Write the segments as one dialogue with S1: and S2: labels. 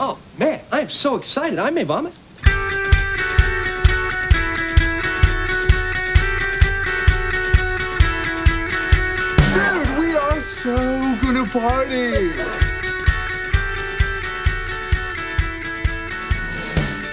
S1: Oh, man, I am so excited. I may vomit.
S2: Dude, we are so gonna party.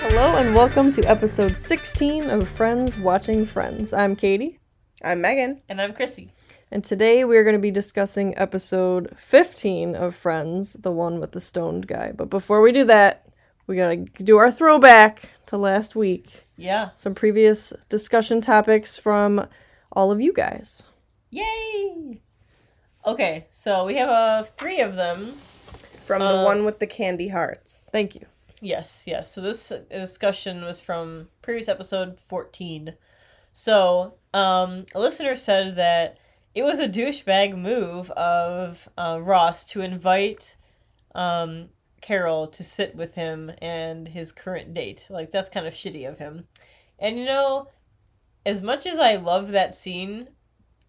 S3: Hello and welcome to episode 16 of Friends Watching Friends. I'm Katie,
S4: I'm Megan.
S5: And I'm Chrissy.
S3: and today we are going to be discussing episode 15 of Friends, the one with the stoned guy. But before we do that, we got to do our throwback to last week.
S5: Yeah.
S3: Some previous discussion topics from all of you guys.
S5: Yay! Okay, so we have uh, three of them.
S4: From
S3: Um,
S4: the one with the candy hearts.
S3: Thank you.
S5: Yes, yes. So this discussion was from previous episode 14. So, um, a listener said that it was a douchebag move of uh, Ross to invite um, Carol to sit with him and his current date. Like, that's kind of shitty of him. And you know, as much as I love that scene,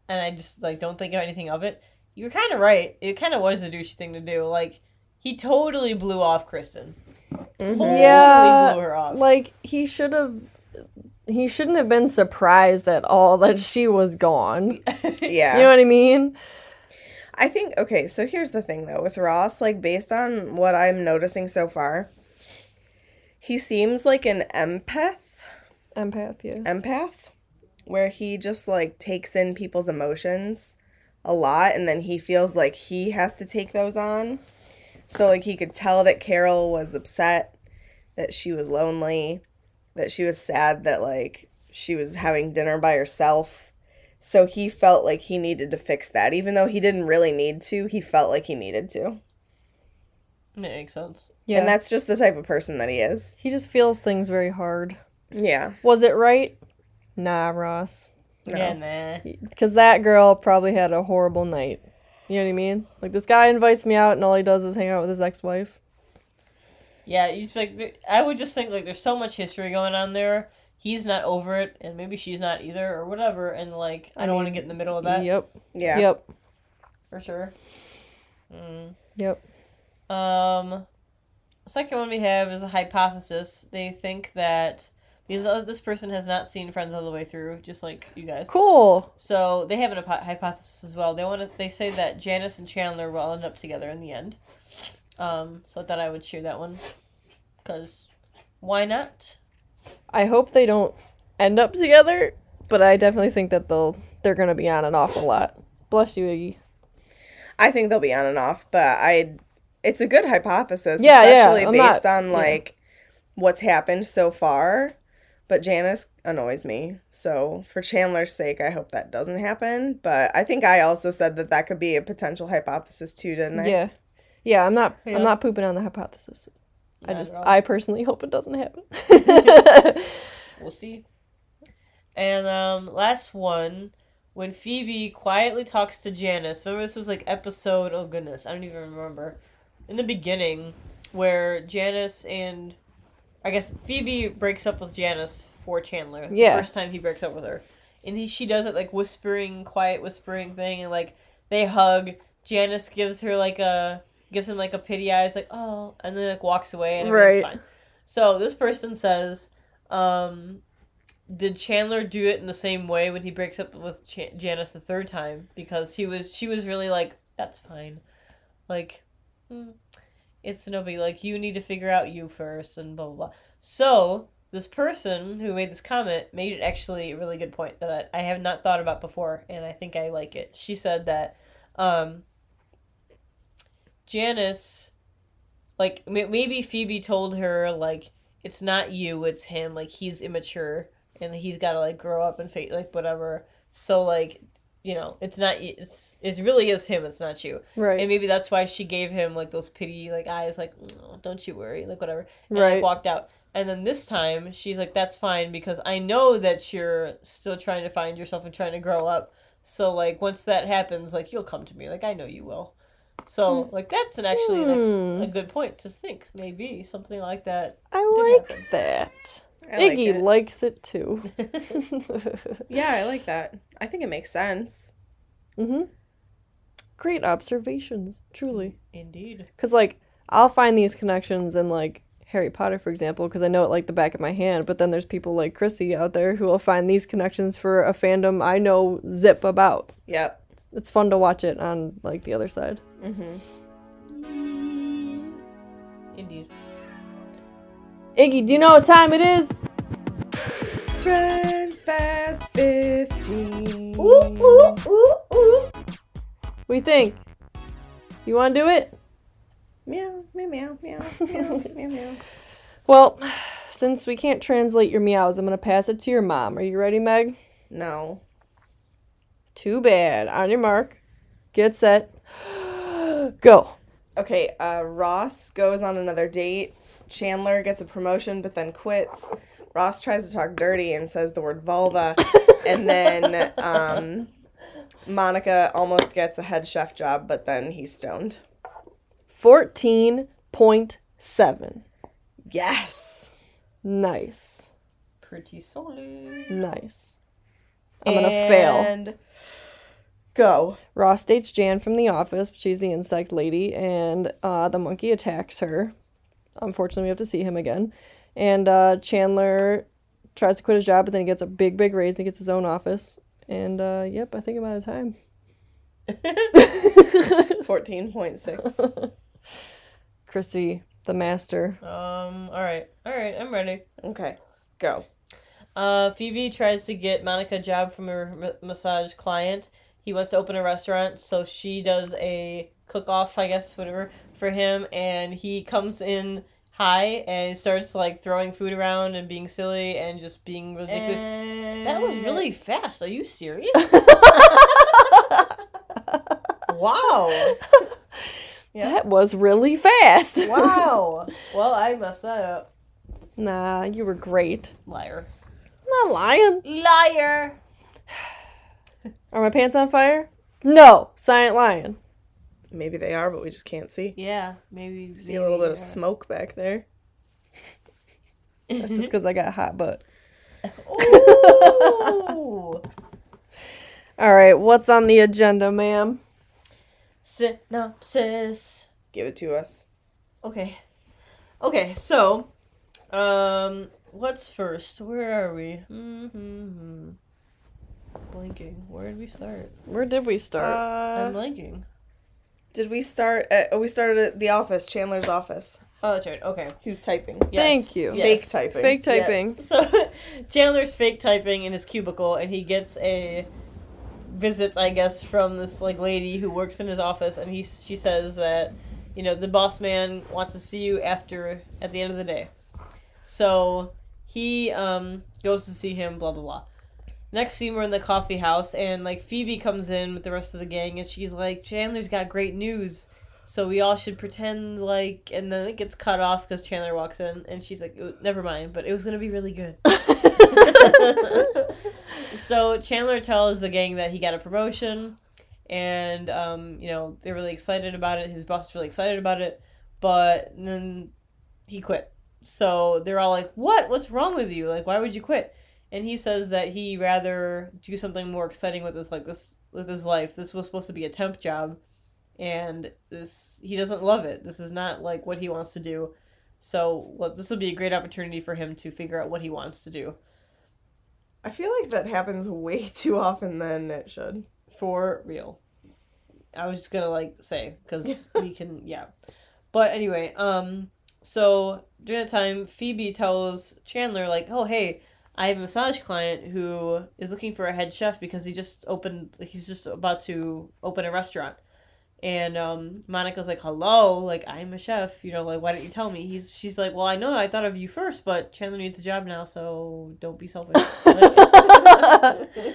S5: and I just like don't think of anything of it, you're kind of right. It kind of was a douchey thing to do. Like, he totally blew off Kristen. Totally
S3: Yeah,
S5: blew her off.
S3: Like he should have he shouldn't have been surprised at all that she was gone.
S4: Yeah.
S3: You know what I mean?
S4: I think, okay, so here's the thing though with Ross, like, based on what I'm noticing so far, he seems like an empath,
S3: Empath, yeah.
S4: empath, where he just like takes in people's emotions a lot and then he feels like he has to take those on. So, like, he could tell that Carol was upset, that she was lonely, that she was sad that like she was having dinner by herself. So he felt like he needed to fix that. Even though he didn't really need to, he felt like he needed to.
S5: makes sense.
S3: Yeah.
S4: And that's just the type of person that he is.
S3: He just feels things very hard.
S4: Yeah.
S3: Was it right? Nah, Ross.
S5: Yeah, nah.
S3: Because that girl probably had a horrible night. You know what I mean? Like, this guy invites me out, and all he does is hang out with his ex wife.
S5: Yeah, you just, like there- I would just think like there's so much history going on there. He's not over it, and maybe she's not either, or whatever. And like I, don't want to
S3: mean,
S5: get in the middle of that
S3: Yep.
S4: Yeah.
S3: Yep.
S5: for sure. Mm.
S3: Yep.
S5: Um, second one we have is a hypothesis. They think that because uh, this person has not seen Friends all the way through, just like you guys.
S3: Cool.
S5: So they have an apo- hypothesis as well. They want to. They say that Janice and Chandler will end up together in the end. Um, so I thought I would share that one, because why not?
S3: I hope they don't end up together, but I definitely think that they'll they're gonna be on and off a lot. Bless you, Iggy.
S4: I think they'll be on and off, but I it's a good hypothesis,
S3: Yeah, yeah,
S4: especially
S3: I'm
S4: based
S3: not-
S4: on like what's happened so far. But Janice annoys me. So for Chandler's sake, I hope that doesn't happen, but I think I also said that that could be a potential hypothesis too, didn't I?
S3: Yeah, yeah. I'm not.
S5: Yeah.
S3: I'm not pooping on the hypothesis. I
S5: Not
S3: just.
S5: at all.
S3: I personally hope it doesn't happen.
S5: We'll see. And um, last one, when Phoebe quietly talks to Janice. Remember this was like episode. Oh goodness, I don't even remember. In the beginning, where Janice and I guess Phoebe breaks up with Janice for Chandler. The
S3: Yeah.
S5: First time he breaks up with her, and he, she does it like whispering, quiet whispering thing, and like they hug. Janice gives her like a gives him like a pity eyes, like oh, and then like walks away and everything's
S3: Right.
S5: fine. So this person says um, did Chandler do it in the same way when he breaks up with Ch- Janice the third time? Because he was, she was really like, "That's fine," like, mm, it's no big. Like, you need to figure out you first, and blah blah blah. So this person who made this comment made it actually a really good point that I, I have not thought about before, and I think I like it. She said that um, Janice, like, m- maybe Phoebe told her like it's not you, it's him. Like he's immature and he's got to like grow up and fake like whatever. So like, you know, it's not y- it's it really is him. It's not you.
S3: right.
S5: And maybe that's why she gave him like those pity like eyes, like "Oh, don't you worry, like whatever. And like,
S3: Right.
S5: walked out. And then this time she's like, that's fine because I know that you're still trying to find yourself and trying to grow up. So like once that happens, like you'll come to me. Like I know you will. So like that's an actually an ex-
S3: Hmm.
S5: a good point to think maybe something like that
S3: I
S5: did
S3: like that.
S4: I like
S3: Iggy
S4: it.
S3: likes it too.
S4: Yeah, I like that. I think it makes sense.
S3: hmm Great observations, truly.
S5: Indeed.
S3: Because, like, I'll find these connections in like Harry Potter, for example, because I know it like the back of my hand. But then there's people like Chrissy out there who will find these connections for a fandom I know zip about.
S4: Yep.
S3: It's fun to watch it on like the other side.
S4: Mm-hmm.
S5: Indeed.
S3: Iggy, do you know what time it is?
S4: Friends Fast 15.
S5: ooh, ooh.
S3: We think. You want to do it?
S4: Meow, meow, meow, meow, meow, meow, meow.
S3: Well, since we can't translate your meows, I'm going to pass it to your mom. Are you ready, Meg?
S4: No.
S3: Too bad. On your mark. Get set. Go.
S4: Okay, uh, Ross goes on another date. Chandler gets a promotion but then quits. Ross tries to talk dirty and says the word vulva. and then um, Monica almost gets a head chef job but then he's stoned.
S3: 14.7.
S4: Yes.
S3: Nice.
S5: Pretty solid.
S3: Nice. I'm going to fail.
S4: And go.
S3: Ross dates Jan from the office. She's the insect lady, and uh, the monkey attacks her. Unfortunately, we have to see him again. And uh, Chandler tries to quit his job, but then he gets a big, big raise and he gets his own office. And uh, yep, I think I'm out of time.
S4: 14.6.
S3: Christy, the master.
S5: Um, alright. Alright, I'm ready.
S4: Okay, go.
S5: Uh, Phoebe tries to get Monica a job from her ma- massage client. He wants to open a restaurant, so she does a cook off, I guess, whatever, for him. And he comes in high and starts like throwing food around and being silly and just being ridiculous. that was really fast. Are you serious?
S4: Wow. Yeah.
S3: That was really fast.
S5: wow. Well, I messed that up.
S3: nah, you were great.
S5: Liar.
S3: I'm not lying.
S5: Liar.
S3: Are my pants on fire? No, silent lion.
S4: Maybe they are, but we just can't see.
S5: Yeah, maybe.
S4: See a little bit of smoke back there.
S3: That's just because I got hot butt.
S5: Ooh.
S3: All right, what's on the agenda, ma'am?
S5: Synopsis.
S4: Give it to us.
S5: Okay. Okay, so um what's first? Where are we? Mm-hmm. Blinking. Where did we start?
S3: Where did we start?
S5: I'm
S4: Uh,
S5: blanking.
S4: did we start? At, oh, we started at the office, Chandler's office.
S5: Oh, that's right. Okay.
S4: He was typing.
S5: Yes.
S3: Thank you.
S5: Yes.
S4: Fake typing.
S3: Fake
S5: Uh, Yeah.
S3: typing.
S5: So Chandler's fake typing in his cubicle and he gets a visit, I guess, from this like lady who works in his office and he she says that, you know, the boss man wants to see you after at the end of the day. So he um goes to see him, blah blah blah. Next scene we're in the coffee house and like Phoebe comes in with the rest of the gang and she's like, Chandler's got great news. So we all should pretend like, and then it gets cut off because Chandler walks in, and she's like, "Ooh, "Never mind," but it was gonna be really good. so Chandler tells the gang that he got a promotion, and um, you know they're really excited about it. His boss is really excited about it, but then he quit. So they're all like, "What? What's wrong with you? Like, why would you quit?" And he says that he rather do something more exciting with his like this with his life. This was supposed to be a temp job, and this he doesn't love it. This is not like what he wants to do. So well, this would be a great opportunity for him to figure out what he wants to do.
S4: I feel like that happens way too often than it should.
S5: for real. I was just gonna like say because we can, yeah. But anyway, um, so during that time, Phoebe tells Chandler like, "Oh hey, I have a massage client who is looking for a head chef because he just opened, he's just about to open a restaurant." And um, Monica's like, "Hello, like I'm a chef, you know, like why don't you tell me?" He's she's like, "Well, I know I thought of you first, but Chandler needs a job now, so don't be selfish."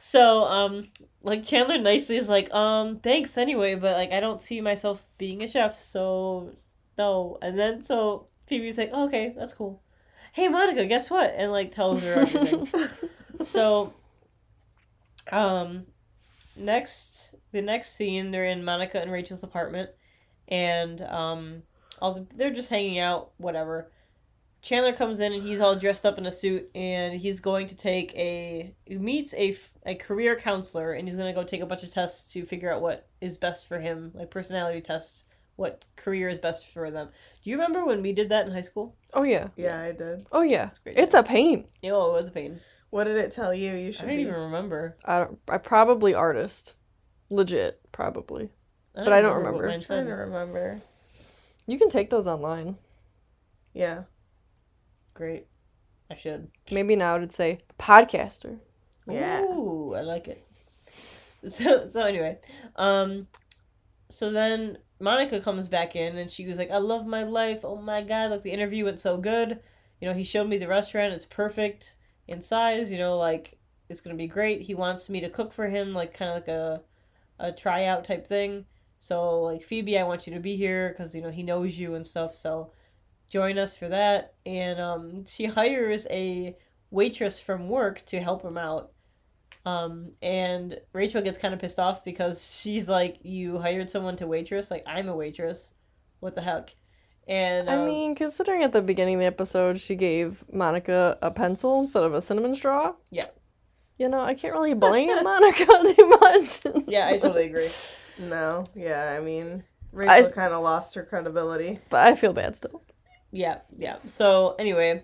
S5: So, um, like Chandler nicely is like, um, thanks anyway, but like I don't see myself being a chef, so no. And then so Phoebe's like, "Oh, okay, that's cool. Hey Monica, guess what? And like tells her everything. so, um, next the next scene they're in Monica and Rachel's apartment, and um, all the, they're just hanging out, whatever. Chandler comes in and he's all dressed up in a suit and he's going to take a he meets a, f- a career counselor and he's going to go take a bunch of tests to figure out what is best for him like personality tests what career is best for them. Do you remember when we did that in high school?
S3: Oh yeah.
S4: Yeah, I did.
S3: Oh yeah.
S5: great.
S3: It's a pain.
S5: Oh, it was a pain.
S4: What did it tell you? You
S5: I
S4: should
S5: don't
S4: be.
S5: even remember.
S3: I don't. I probably artist. Legit, probably.
S5: I don't
S3: But I don't
S5: what
S3: remember.
S4: trying
S5: mine
S4: to
S5: said.
S4: remember.
S3: You can take those online.
S4: Yeah.
S5: Great. I should.
S3: Maybe now it'd say podcaster.
S4: Yeah.
S5: Ooh, I like it. So so anyway, um, so then Monica comes back in and she was like, "I love my life. Oh my god! Like the interview went so good. You know, he showed me the restaurant. It's perfect in size. You know, like it's gonna be great. He wants me to cook for him, like kind of like a, a tryout type thing. So like Phoebe, I want you to be here because you know he knows you and stuff. So join us for that. And um, she hires a waitress from work to help him out. Um, and Rachel gets kind of pissed off because she's like, "You hired someone to waitress? Like I'm a waitress. What the heck?" And
S3: I
S5: um,
S3: mean, considering at the beginning of the episode she gave Monica a pencil instead of a cinnamon straw.
S5: Yeah.
S3: You know, I can't really blame Monica too much.
S5: yeah, I totally agree.
S4: No. Yeah. I mean,
S3: I-
S4: Rachel kind of lost her credibility.
S3: But I feel bad still.
S5: Yeah, yeah. So anyway,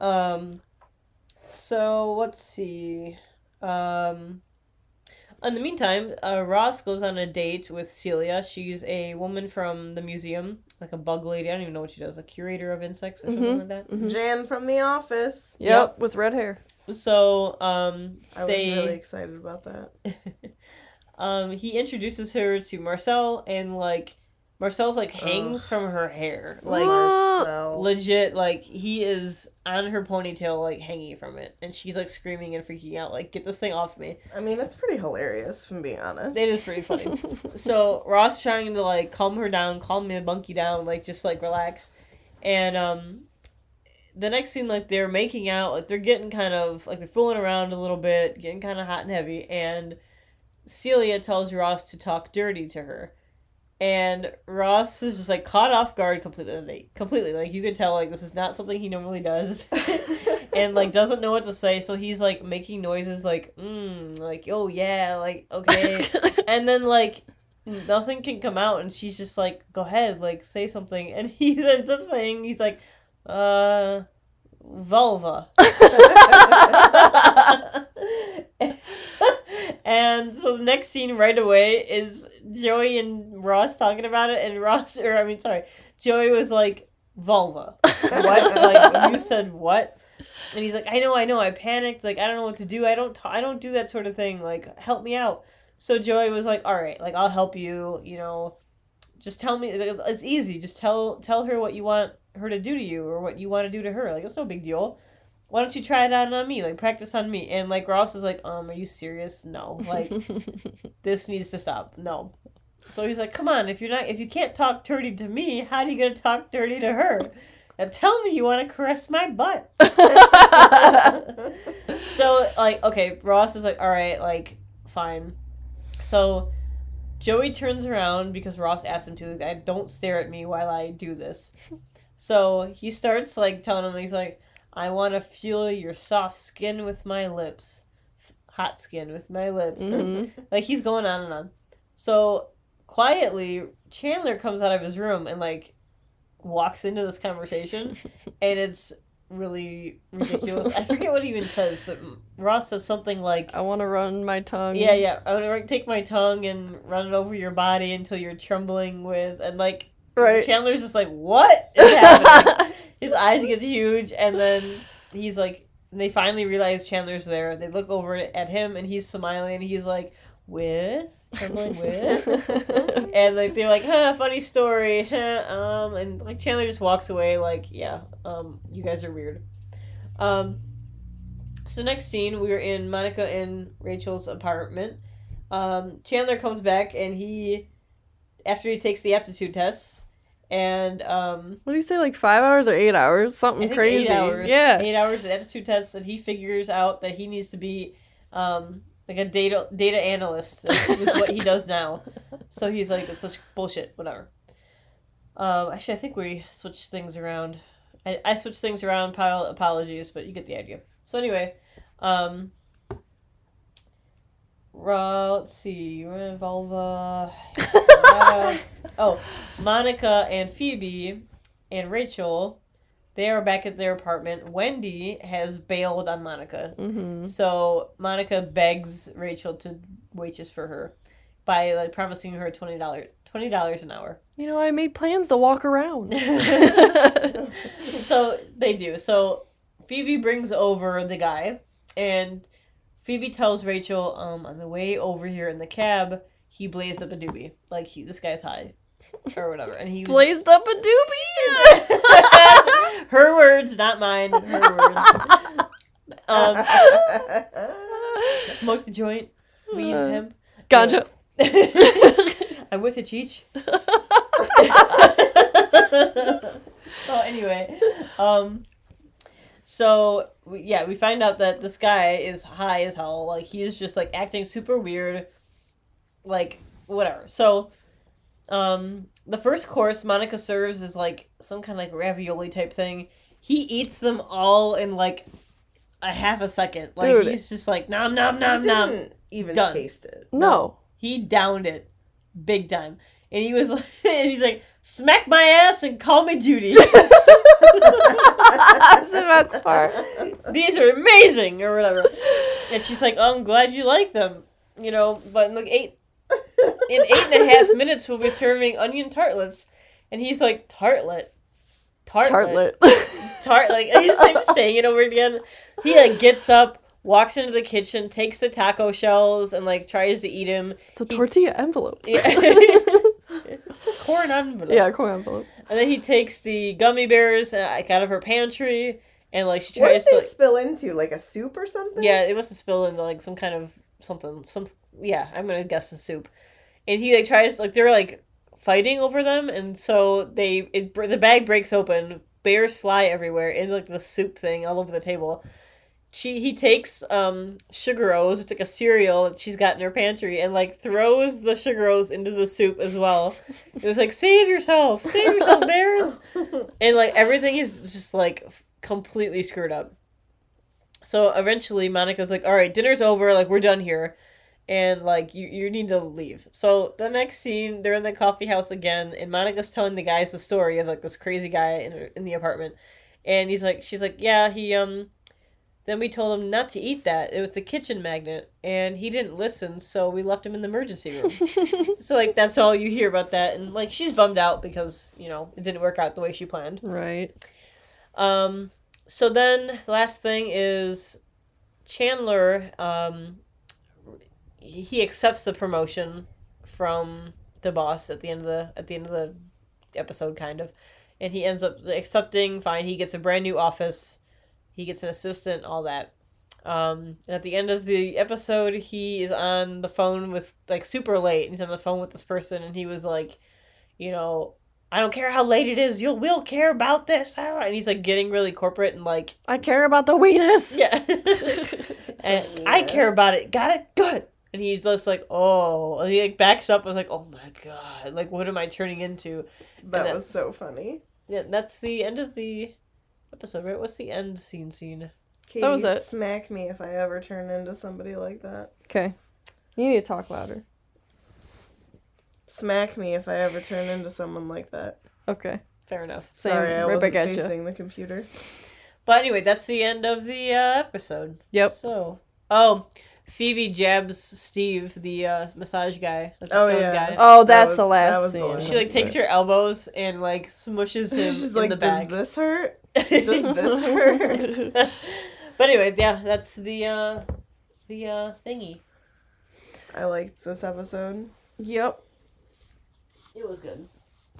S5: um, so let's see. Um, in the meantime, uh, Ross goes on a date with Celia. She's a woman from the museum, like a bug lady. I don't even know what she does, a curator of insects or something
S4: Mm-hmm.
S5: like that.
S3: Mhm.
S4: Jan from The Office.
S3: Yep, with red hair.
S5: So um,
S4: I was
S5: they
S4: really excited about that.
S5: um, he introduces her to Marcel, and like Marcel's like hangs from her hair, like.
S4: Marcel.
S5: legit like he is on her ponytail like hanging from it and she's like screaming and freaking out like get this thing off me
S4: I mean, it's pretty hilarious, if I'm being honest.
S5: it is pretty funny so ross trying to like calm her down calm me monkey down like just like relax and um the next scene like they're making out like they're getting kind of like they're fooling around a little bit getting kind of hot and heavy and celia tells ross to talk dirty to her and ross is just like caught off guard completely completely like you could tell like this is not something he normally does and like doesn't know what to say so he's like making noises like mm like oh yeah like okay and then like nothing can come out and she's just like go ahead like say something and he ends up saying he's like uh vulva and so the next scene right away is joey and ross talking about it and ross or i mean sorry joey was like vulva what like you said what and he's like i know i know i panicked like i don't know what to do i don't ta- i don't do that sort of thing like help me out so Joey was like, "All right, like I'll help you. You know, just tell me. It's, it's easy. Just tell tell her what you want her to do to you or what you want to do to her. Like it's no big deal. Why don't you try it out on me? Like practice on me." And like Ross is like, "Um, are you serious? No. Like this needs to stop. No." So he's like, "Come on. If you're not, if you can't talk dirty to me, how are you gonna talk dirty to her? Now tell me you want to caress my butt." so like okay ross is like all right like fine so joey turns around because ross asked him to like, I don't stare at me while i do this so he starts like telling him he's like i want to fuel your soft skin with my lips F- hot skin with my lips
S3: hmm
S5: like he's going on and on so quietly chandler comes out of his room and like walks into this conversation and it's really ridiculous i forget what he even says but ross says something like
S3: I want to run my tongue.
S5: yeah yeah i'm gonna take my tongue and run it over your body until you're trembling with and like
S3: Right.
S5: Chandler's just like, what is happening? His eyes get huge, and then he's like, they finally realize Chandler's there. They look over at him, and he's smiling. And he's like, with trembling with, and like they're like, huh, funny story, huh, um, and like Chandler just walks away, like, yeah, um, you guys are weird. Um, so next scene, we are in Monica and Rachel's apartment. Um, Chandler comes back, and he, after he takes the aptitude tests, and um,
S3: What do you say, like five hours or eight hours?
S5: I
S3: Something
S5: think
S3: crazy.
S5: eight hours.
S3: Yeah.
S5: eight hours of aptitude tests, and he figures out that he needs to be um, like a data data analyst, is what he does now. So he's like, it's just bullshit, whatever. Um, actually, I think we switched things around. I, I switched things around. Pile apologies, but you get the idea. So anyway, um, ra- let's see. Vulva. Uh, oh, Monica and Phoebe and Rachel, they are back at their apartment. Wendy has bailed on Monica.
S3: Mm-hmm.
S5: So Monica begs Rachel to waitress for her by like promising her twenty dollars twenty dollars an hour.
S3: You know, I made plans to walk around.
S5: so they do. So Phoebe brings over the guy, and Phoebe tells Rachel, um, on the way over here in the cab, he blazed up a doobie. Like he, this guy's high, or whatever. And he was-
S3: Blazed up a doobie.
S5: her words, not mine. Her words. um, smoked a joint. Me and him.
S3: Gotcha.
S5: I'm with you, Cheech. so anyway, um, so we- yeah, we find out that this guy is high as hell. Like he is just like acting super weird, like whatever. So, um, the first course Monica serves is like some kind of like ravioli type thing. He eats them all in like a half a second. Like
S3: Dude.
S5: he's just like nom nom nom nom
S4: didn't even
S5: done.
S4: taste it.
S3: No.
S5: he downed it big time and he was like and he's like smack my ass and call me judy
S3: That's the best part.
S5: these are amazing or whatever and she's like "Oh, i'm glad you like them you know but in like eight in eight and a half minutes we'll be serving onion tartlets and he's like tartlet tartlet
S3: Tartlet.
S5: tart like he's like saying it over again. He like gets up, walks into the kitchen, takes the taco shells, and like tries to eat him.
S3: it's a tortilla envelope.
S5: Yeah. Corn envelope.
S3: Yeah, corn envelope.
S5: And then he takes the gummy bears uh, like out of her pantry, and like she
S4: What did
S5: tries
S4: they
S5: to. like-
S4: spill into? Like a soup or something?
S5: yeah, it must have spilled into like some kind of something. Some yeah, I'm gonna guess the soup. And he like tries like they're like fighting over them, and so they it br- the bag breaks open, bears fly everywhere, and like the soup thing all over the table. She he takes um sugar O's, which is like a cereal that she's got in her pantry, and like throws the sugar O's into the soup as well. it was like save yourself, save yourself, bears, and like everything is just like f- completely screwed up. So eventually Monica's like, all right, dinner's over, like we're done here. And like you, you need to leave. So the next scene, they're in the coffee house again, and Monica's telling the guys the story of like this crazy guy in in the apartment, and he's like, she's like, yeah, he um, then we told him not to eat that. It was the kitchen magnet, and he didn't listen, so we left him in the emergency room. so like that's all you hear about that, and like she's bummed out because you know it didn't work out the way she planned.
S3: Right.
S5: Um, so then last thing is Chandler. Um, he he accepts the promotion from the boss at the end of the at the end of the episode, kind of, and he ends up accepting. Fine, he gets a brand new office. He gets an assistant, all that. Um, and at the end of the episode, he is on the phone with like super late. and He's on the phone with this person, and he was like, you know, I don't care how late it is. You'll will care about this. Ah, And he's like getting really corporate and like,
S3: I care about the weenus.
S5: yeah. and I care about it. Got it. Good. And he's just like, oh, and he like backs up. I was like, oh my god, like what am I turning into?
S4: That was
S5: that's-
S4: so funny.
S5: Yeah, that's the end of the episode, right? What's the end scene? Scene.
S4: Katie,
S3: That was it.
S4: smack me if I ever turn into somebody like that.
S3: Okay. You need to talk louder.
S4: Smack me if I ever turn into someone like that.
S3: Okay.
S5: Fair enough.
S3: Same.
S4: Sorry, I
S3: right
S4: wasn't
S3: back at you.
S4: facing the computer.
S5: But anyway, that's the end of the uh, episode.
S3: Yep.
S5: So, oh, Phoebe jabs Steve, the uh, massage guy, like the
S4: Oh,
S5: stone
S4: yeah.
S5: guy.
S3: Oh,
S4: That
S3: that's
S4: was-
S3: the
S4: that
S3: last
S4: was the
S3: scene.
S4: last
S5: She like takes her elbows and like smushes him
S4: She's
S5: in
S4: like,
S5: the
S4: does
S5: back.
S4: this hurt? Does this hurt?
S5: but anyway, yeah, that's the uh the uh thingy.
S4: I liked this episode.
S3: Yep.
S5: It was good.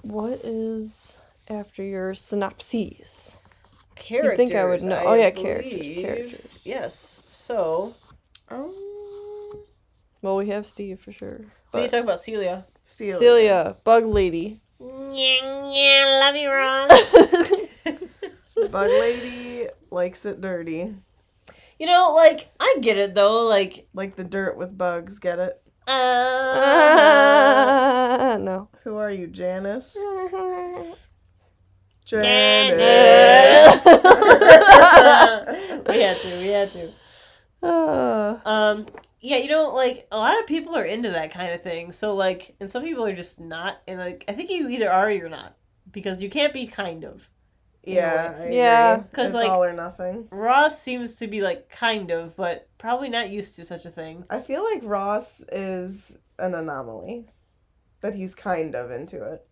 S3: What is after your synopses?
S5: Characters.
S3: think I would know. Oh, yeah, characters,
S5: believe.
S3: characters.
S5: Yes. So
S4: Um,
S3: Well, we have Steve for sure.
S5: we
S3: But
S5: can talk about Celia.
S4: Celia.
S3: Celia, Bug Lady.
S5: Yeah, yeah, love you, Ron.
S4: Bug Lady likes it dirty.
S5: you know, like I get it though. Like,
S4: Like the dirt with bugs, get it?
S5: uh,
S3: Ah, no.
S4: Who are you, Janice?
S5: Janice. we had to. We had to.
S3: Ah.
S5: Um, yeah, you know, like a lot of people are into that kind of thing. So like, and some people are just not. And like, I think you either are or you're not because you can't be kind of. in a
S4: Yeah.
S5: way.
S4: I
S3: Yeah.
S4: agree.
S5: 'Cause,
S4: It's
S5: like-
S4: all or nothing.
S5: Ross seems to be like kind of, but probably not used to such a thing.
S4: I feel like Ross is an anomaly. That he's kind of into it.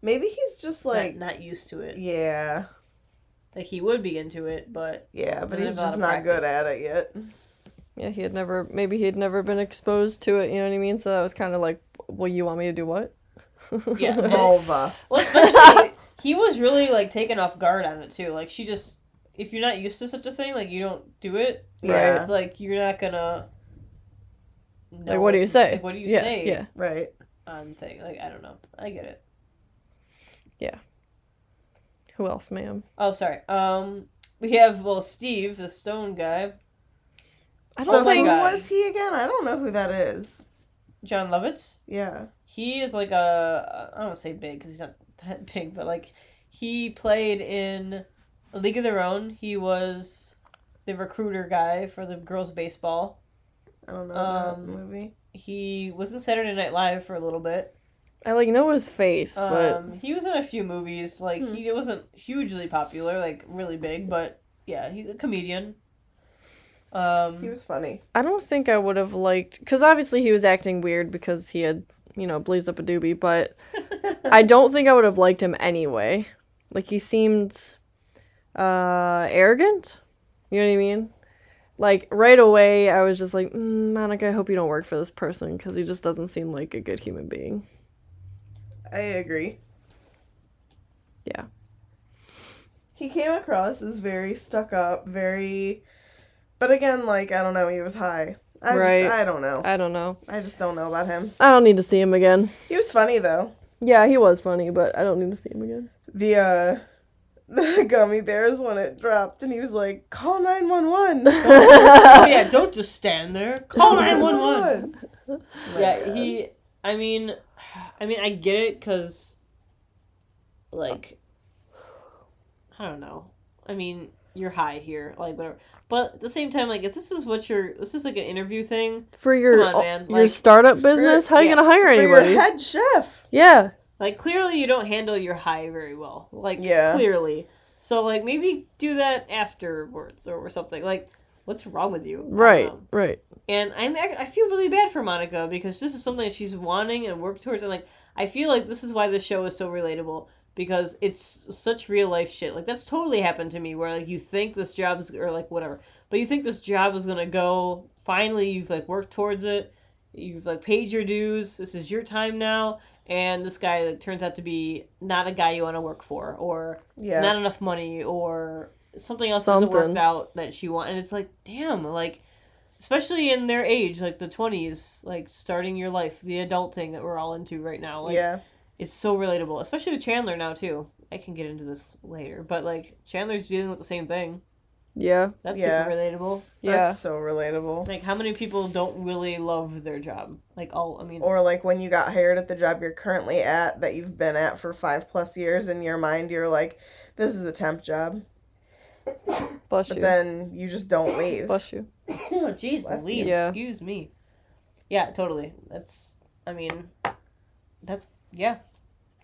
S4: Maybe he's just like
S5: Like not, not used to it.
S4: Yeah.
S5: Like he would be into it, but
S4: Yeah, but
S5: Doesn't
S4: he's
S5: have a lot
S4: just
S5: of
S4: not good
S5: practice.
S4: at it yet.
S3: Yeah, he had never, maybe he had never been exposed to it, you know what I mean? So that was kind of like, well, you want me to do what?
S5: yeah.
S4: Vulva.
S5: Well, especially he was really like taken off guard on it too. Like she just, if you're not used to such a thing, like you don't do it.
S4: Yeah.
S5: It's like you're not gonna. know
S3: Like, what do you
S5: to-
S3: say?
S5: Like, what do you
S3: yeah,
S5: say
S3: Yeah.
S4: Right.
S5: on thing? Like I don't know. I get it.
S3: Who else, ma'am?
S5: Oh, sorry. Um, we have well Steve, the stone guy,
S3: I
S4: so
S3: don't
S4: who
S3: think.
S5: God.
S4: was he again? I don't know who that is.
S5: John Lovitz.
S4: Yeah.
S5: He is like a I don't want to say big because he's not that big, but like he played in A League of Their Own. He was the recruiter guy for the girls' baseball.
S4: I don't know
S5: Um,
S4: that movie.
S5: He was in Saturday Night Live for a little bit.
S3: I like know his face, but
S5: Um, he was in a few movies. Like
S4: Hmm.
S5: he wasn't hugely popular, like really big, but yeah, he's a comedian. Um,
S4: He was funny.
S3: I don't think I would have liked because obviously he was acting weird because he had you know blazed up a doobie, but I don't think I would have liked him anyway. Like he seemed uh, arrogant. You know what I mean? Like right away, I was just like, mm, Monica, I hope you don't work for this person because he just doesn't seem like a good human being.
S4: I agree.
S3: Yeah.
S4: He came across as very stuck up, very but again, like, I don't know, he was high. I
S3: Right.
S4: just I don't know.
S3: I don't know.
S4: I just don't know about him.
S3: I don't need to see him again.
S4: He was funny though.
S3: Yeah, he was funny, but I don't need to see him again.
S4: The uh the gummy bears when it dropped and he was like, Call nine one one
S5: oh, yeah, don't just stand there. Call nine one one. yeah he i mean i mean i get it because like i don't know i mean you're high here like whatever but at the same time like if this is what you're this is like an interview thing
S3: For your
S5: Come on, man,
S3: your
S5: like-
S3: startup business, how are you
S5: yeah,
S3: gonna hire
S4: For your
S3: anybody?
S4: head chef.
S3: yeah.
S5: like clearly you don't handle your high very well like
S4: Yeah.
S5: clearly so like maybe do that afterwards or, or something like what's wrong with you I don't
S3: Right,
S5: know.
S3: right.
S5: And I'm act- I feel really bad for Monica because this is something that she's wanting and worked towards. And like I feel like this is why this show is so relatable because it's such real life shit. Like that's totally happened to me where like you think this job's or like whatever, but you think this job is gonna go. Finally, you've like worked towards it. You've like paid your dues. This is your time now. And this guy like, turns out to be not a guy you want to work for, or
S4: Yeah.
S5: not enough money or something else isn't
S3: Something.
S5: worked out that she want and it's like damn like especially in their age like the 20s like starting your life the adulting that we're all into right now like
S4: yeah.
S5: it's so relatable especially with chandler now too i can get into this later but like chandler's dealing with the same thing
S3: Yeah,
S5: that's
S4: Yeah.
S5: super relatable
S3: yeah.
S4: That's so relatable.
S5: like how many people don't really love their job like all i mean
S4: or like when you got hired at the job you're currently at that you've been at for five plus years in your mind you're like this is a temp job
S3: Bless
S4: but
S3: you.
S4: then you just don't leave
S3: Bless you.
S5: Oh, jeez
S4: Bless
S5: Louise,
S3: you. Yeah.
S5: excuse me. Yeah, totally. That's, I mean, that's, yeah,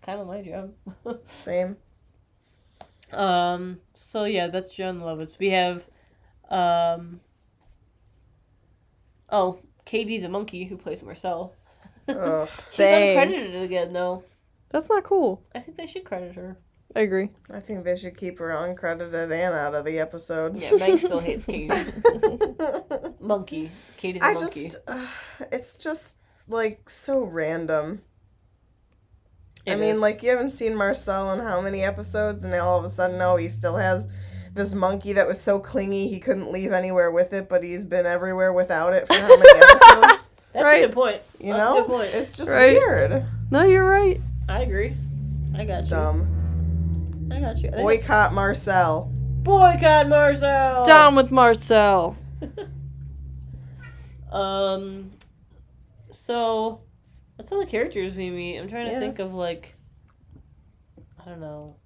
S5: kind of my job.
S4: same
S5: um, so yeah, that's John Lovitz. We have, um, oh, Katie the monkey who plays Marcel.
S4: Ugh,
S5: She's
S3: Thanks.
S5: uncredited again, though.
S3: That's not cool.
S5: I think they should credit her.
S3: I agree.
S4: i think they should keep her uncredited and out of the episode
S5: Yeah, Meg still hates Katie. monkey. Katie the
S4: i
S5: monkey.
S4: just uh, it's just like so random i
S5: It
S4: mean
S5: is.
S4: like you haven't seen marcel in how many episodes and now all of a sudden no he still has this monkey that was so clingy he couldn't leave anywhere with it but he's been everywhere without it for how many episodes
S5: that's
S3: right.
S5: a good point.
S4: You
S5: That's a
S4: know,
S5: good point.
S4: it's just
S3: Right.
S4: weird.
S3: No, you're right.
S5: I agree. I got you.
S4: Dumb.
S5: I got you. I think it's
S4: Boycott Marcel.
S5: Boycott Marcel.
S3: Down with Marcel.
S5: Um. So, that's all the characters we meet. I'm trying to
S4: Yeah.
S5: think of like, I don't know.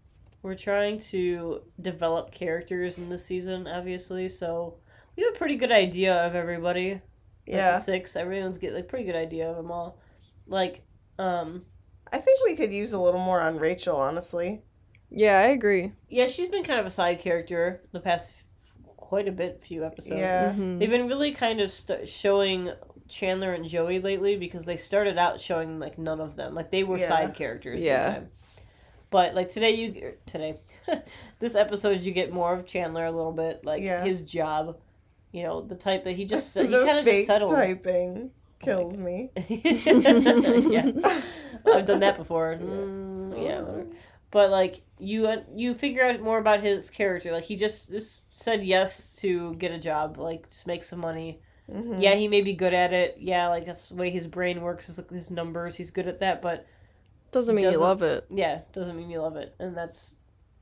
S5: We're trying to develop characters in this season, obviously. So we have a pretty good idea of everybody. yeah.
S4: Yeah.
S5: six. Everyone's get like pretty good idea of them all. Like, um,
S4: I think we could use a little more on Rachel, honestly.
S3: Yeah, I agree.
S5: yeah, she's been kind of a side character the past f- quite a bit, few episodes.
S4: Yeah.
S3: Mhm.
S5: They've been really kind of st- showing Chandler and Joey lately because they started out showing like none of them. Like they were
S4: Yeah.
S5: side characters. big
S3: Yeah.
S5: time. But like today, you er, today, this episode, you get more of Chandler a little bit, like
S4: Yeah.
S5: his job, you know, the type that he just he
S4: the
S5: kind of just
S4: fake
S5: settled.
S4: typing kills me.
S5: yeah. I've done that before. Mm, yeah. whatever. But like you uh, you figure out more about his character. Like he just just said yes to get a job, like just make some money.
S4: Mhm.
S5: Yeah, he may be good at it. Yeah, like that's the way his brain works is like his numbers. He's good at that, but
S3: Doesn't mean
S5: doesn't-
S3: you love it.
S5: yeah, doesn't mean you love it, and that's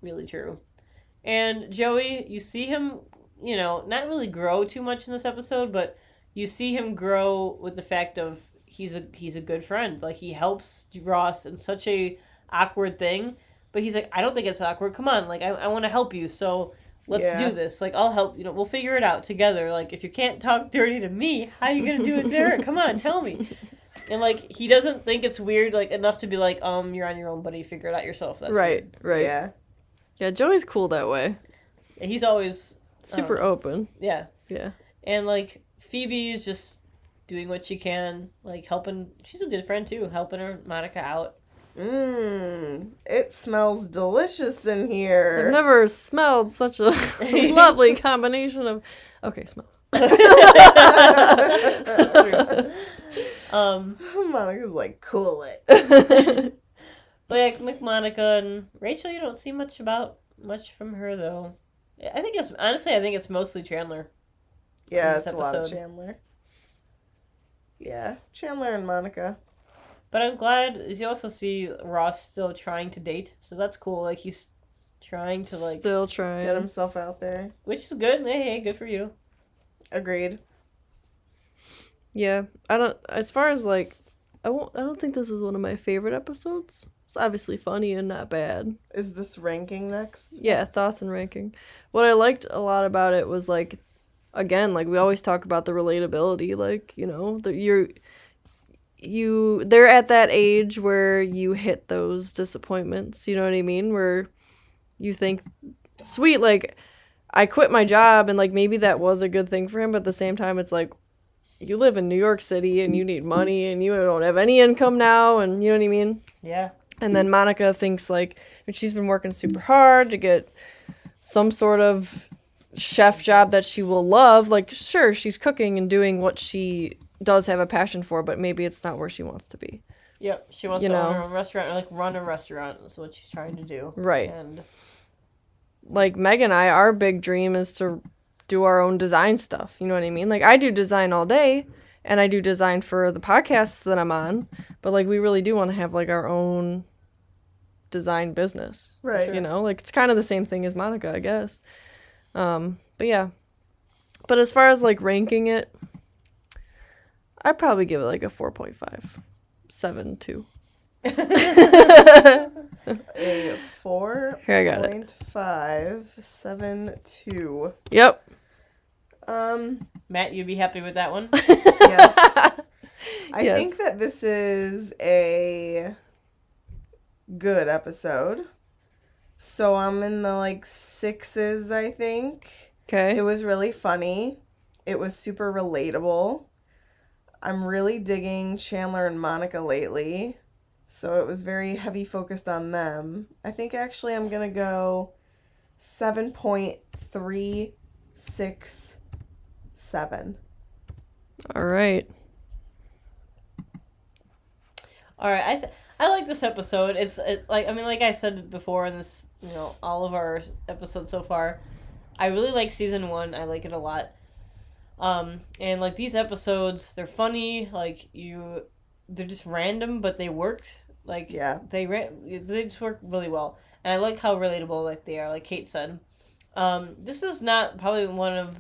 S5: really true. And Joey, you see him, you know, not really grow too much in this episode, but you see him grow with the fact of he's a he's a good friend. Like he helps Ross in such a awkward thing, but he's like, I don't think it's awkward. Come on, like I, I want to help you, so let's
S4: Yeah.
S5: do this. Like I'll help. You know, we'll figure it out together. Like if you can't talk dirty to me, how you gonna do it, Derek? Come on, tell me. And like he doesn't think it's weird like enough to be like, um, you're on your own, buddy. Figure it out yourself. That's
S3: right,
S5: weird. Oh.
S3: right. Yeah.
S4: Yeah.
S3: Joey's cool that way.
S5: And he's always
S3: Super open.
S5: yeah.
S3: Yeah.
S5: And like Phoebe is just doing what she can, like helping. She's a good friend too, helping her Monica out.
S4: Mmm. It smells delicious in here.
S3: I've never smelled such a lovely combination of. Okay, smell.
S5: um,
S4: Monica's like, cool it.
S5: but like Mick Monica and Rachel, you don't see much about much from her though. I think it's honestly, I think it's mostly Chandler.
S4: Yeah,
S5: This
S4: it's a lot of
S5: episode.
S4: Chandler. Yeah, Chandler and Monica.
S5: But I'm glad you also see Ross still trying to date, so that's cool. Like he's trying to like,
S3: Still
S4: Get
S3: trying.
S4: himself out there.
S5: which is good. Hey, hey, good for you.
S4: Agreed.
S3: Yeah, I don't. As far as like, I won't. I don't think this is one of my favorite episodes. It's obviously funny and not bad.
S4: Is this ranking next?
S3: Yeah, thoughts and ranking. What I liked a lot about it was like, again, like we always talk about the relatability. Like you know, that you're, you they're at that age where you hit those disappointments. You know what I mean? Where you think, sweet, like I quit my job, and like maybe that was a good thing for him, but at the same time, it's like. You live in New York City and you need money and you don't have any income now and you know what I mean?
S5: Yeah,
S3: And then Monica thinks like and she's been working super hard to get some sort of chef job that she will love. Like sure, she's cooking and doing what she does have a passion for, but maybe it's not where she wants to be.
S5: yep. She wants
S3: You
S5: to own
S3: know.
S5: her own restaurant or like run a restaurant. Is what she's trying to do.
S3: Right.
S5: And
S3: Like Meg and I, our big dream is to do our own design stuff. You know what I mean? Like I do design all day and I do design for the podcasts that I'm on, but like we really do want to have like our own design business.
S4: Right.
S3: you know like it's kind of the same thing as monica i guess um but yeah but as far as like ranking it i'd probably give it like a 4.5 7 2 here
S4: A four
S3: i got it
S4: point five seven two.
S3: yep
S4: Um,
S5: Matt, you'd be happy with that one.
S4: yes. I
S3: Yes.
S4: think that this is a good episode. So I'm in the like sixes, I think. It
S3: okay
S4: was really funny. It was super relatable. I'm really digging Chandler and Monica lately. So it was very heavy focused on them. I think actually I'm going to go 7.367.
S3: all right
S5: All right, I th- I like this episode. It's it, like I mean, like I said before in this, you know, all of our episodes so far, I really like season one. I like it a lot. Um, and like these episodes, they're funny. Like you, they're just random, but they worked. Like
S4: Yeah.
S5: they ran, they just work really well. And I like how relatable like they are. Like Kate said, um, this is not probably one of.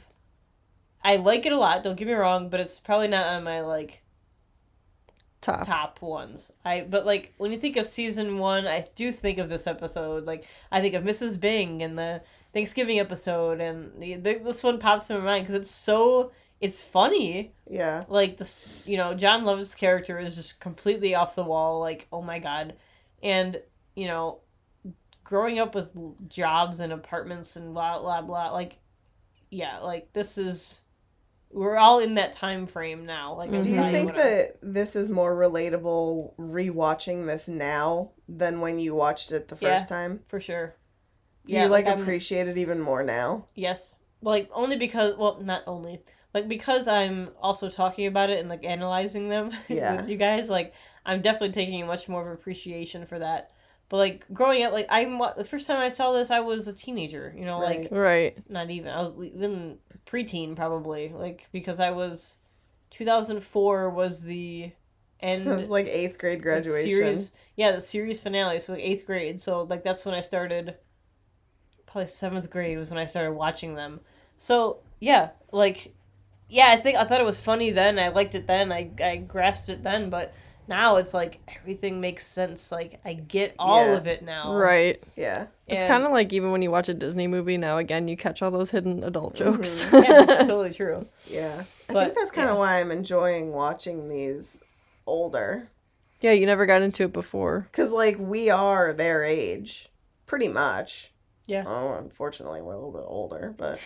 S5: I like it a lot. Don't get me wrong, but it's probably not on my like
S3: top,
S5: top ones. I but like when you think of season one, I do think of this episode. Like I think of Mrs. Bing and the Thanksgiving episode, and the, the, this one pops in my mind because it's so it's funny.
S4: Yeah.
S5: Like this, you know, John Love's character is just completely off the wall. Like, oh my god, and you know, growing up with l- jobs and apartments and blah blah blah. Like, yeah, like this is we're all in that time frame now. Like, it's
S4: Do you
S5: not even
S4: think
S5: what I-
S4: that this is more relatable rewatching this now than when you watched it the
S5: Yeah.
S4: first time?
S5: for sure?
S4: Do you like,
S5: I'm-
S4: appreciate it even more now?
S5: Yes. Like only because well, not only. Like because I'm also talking about it and like analyzing them
S4: Yeah.
S5: with you guys, like I'm definitely taking much more of appreciation for that. But like growing up, like I'm wa- the first time I saw this, I was a teenager. You know, like
S4: Right.
S3: Right.
S5: not even I was even preteen probably. Like because I was, 2004 was the
S4: And
S5: end
S4: so it's like eighth grade
S5: like,
S4: graduation.
S5: series yeah the series finale so like eighth grade so like that's when i started probably seventh grade was when i started watching them so yeah like yeah i think i thought it was funny then i liked it then i, I grasped it then but now it's like everything makes sense like i get all
S4: Yeah.
S5: of it now
S3: Right.
S4: Yeah.
S3: It's
S5: And-
S3: kind of like even when you watch a Disney movie now, again, you catch all those hidden adult jokes.
S5: yeah, it's totally true
S4: Yeah. I
S5: But,
S4: think that's kind of
S5: yeah.
S4: why I'm enjoying watching these older.
S3: yeah, you never got into it before.
S4: Because, like, we are their age, pretty much.
S5: Yeah.
S4: Oh, unfortunately, we're a little bit older, but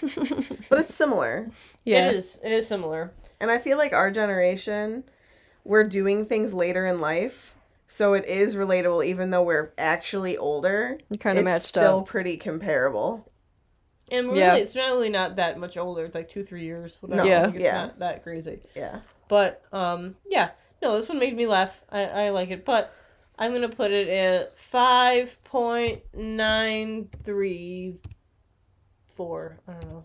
S4: but it's similar.
S3: Yeah.
S5: it is it is similar
S4: And I feel like our generation, we're doing things later in life, so it is relatable, even though we're actually older.
S3: You kind of
S4: it's
S3: matched
S4: still
S3: up.
S4: pretty comparable.
S5: and we're
S3: Yeah.
S5: really, it's not really not that much older it's like two three years whatever
S3: Yeah.
S5: Like, it's
S4: Yeah.
S5: not that crazy
S4: Yeah.
S5: But um, yeah, no, this one made me laugh. I, I like it, but I'm gonna put it at five point nine three four. I don't know.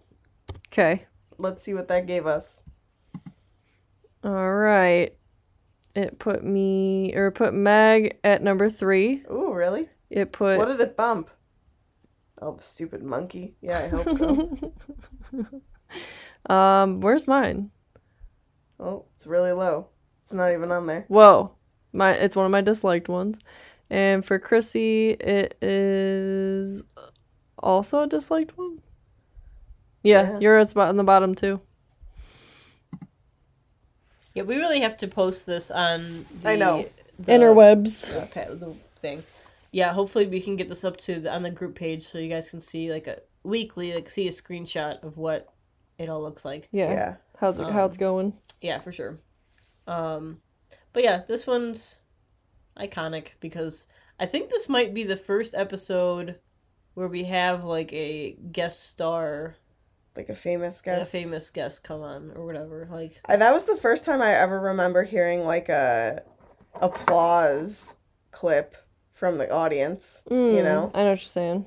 S3: Okay.
S4: Let's see what that gave us.
S3: All right. It put me or it put Meg at number three.
S4: Ooh, really?
S3: It put
S4: what did it bump? Oh, the stupid monkey. Yeah, I hope so.
S3: um. Where's mine?
S4: oh, it's really low. It's not even on there.
S3: Whoa. My it's one of my disliked ones. And for Chrissy, it is also a disliked one. Yeah,
S4: Yeah.
S3: you're at spot on the bottom too.
S5: Yeah, we really have to post this on. The,
S4: I know.
S5: the,
S3: Interwebs.
S5: the pa- the thing. Yeah, hopefully we can get this up to the, on the group page so you guys can see like a weekly like see a screenshot of what it all looks like.
S3: Yeah.
S4: Yeah.
S3: How's it how it's going?
S5: Yeah, for sure. Um, but yeah, this one's iconic because I think this might be the first episode where we have like a guest star,
S4: Like a famous
S5: a
S4: guest.
S5: famous guest come on or whatever. Like,
S4: I, that was the first time I ever remember hearing like a applause clip from the audience. You
S3: Mm,
S4: know,
S3: I know what you're saying.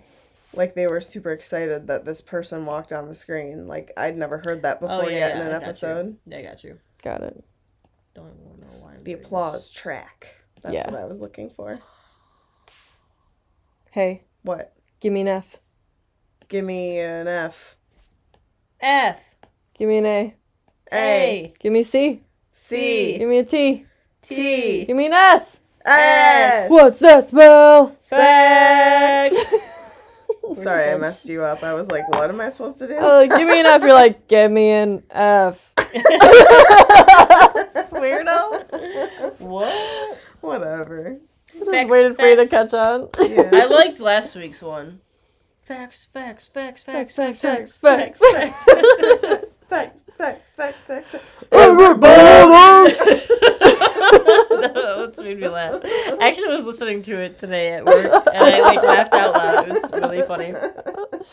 S4: like they were super excited that this person walked on the screen. Like I'd never heard that before
S5: oh yeah,
S4: yet
S5: yeah,
S4: in an
S5: I got you.
S4: episode.
S5: Yeah, I got you.
S3: Got it.
S5: Don't even know why. I'm
S4: The
S5: doing this.
S4: applause track. That's
S3: Yeah.
S4: what I was looking for.
S3: Hey,
S4: What?
S3: give me an F.
S4: Give me an F.
S5: F
S3: Give me an A.
S4: A.
S5: A
S3: Give me a C.
S4: C.
S3: Give me a T.
S5: T
S3: Give me an S.
S4: S.
S3: What's that smell?
S5: facts.
S4: Sorry, I messed you up. I was like, what am I supposed to do?
S3: Oh, give me an F. You're like, give me an F.
S5: Weirdo. what?
S4: Whatever.
S3: Just
S5: Facts,
S3: waited for you to
S5: facts.
S3: catch on.
S5: I
S4: Yeah.
S5: liked last week's one. Facts, facts, facts, facts, facts,
S3: facts,
S5: facts, facts,
S3: facts,
S5: facts.
S4: Facts, facts, facts, facts.
S3: Everybody!
S5: That's made me laugh. I actually was listening to it today at work, and I like laughed out loud. It was really funny.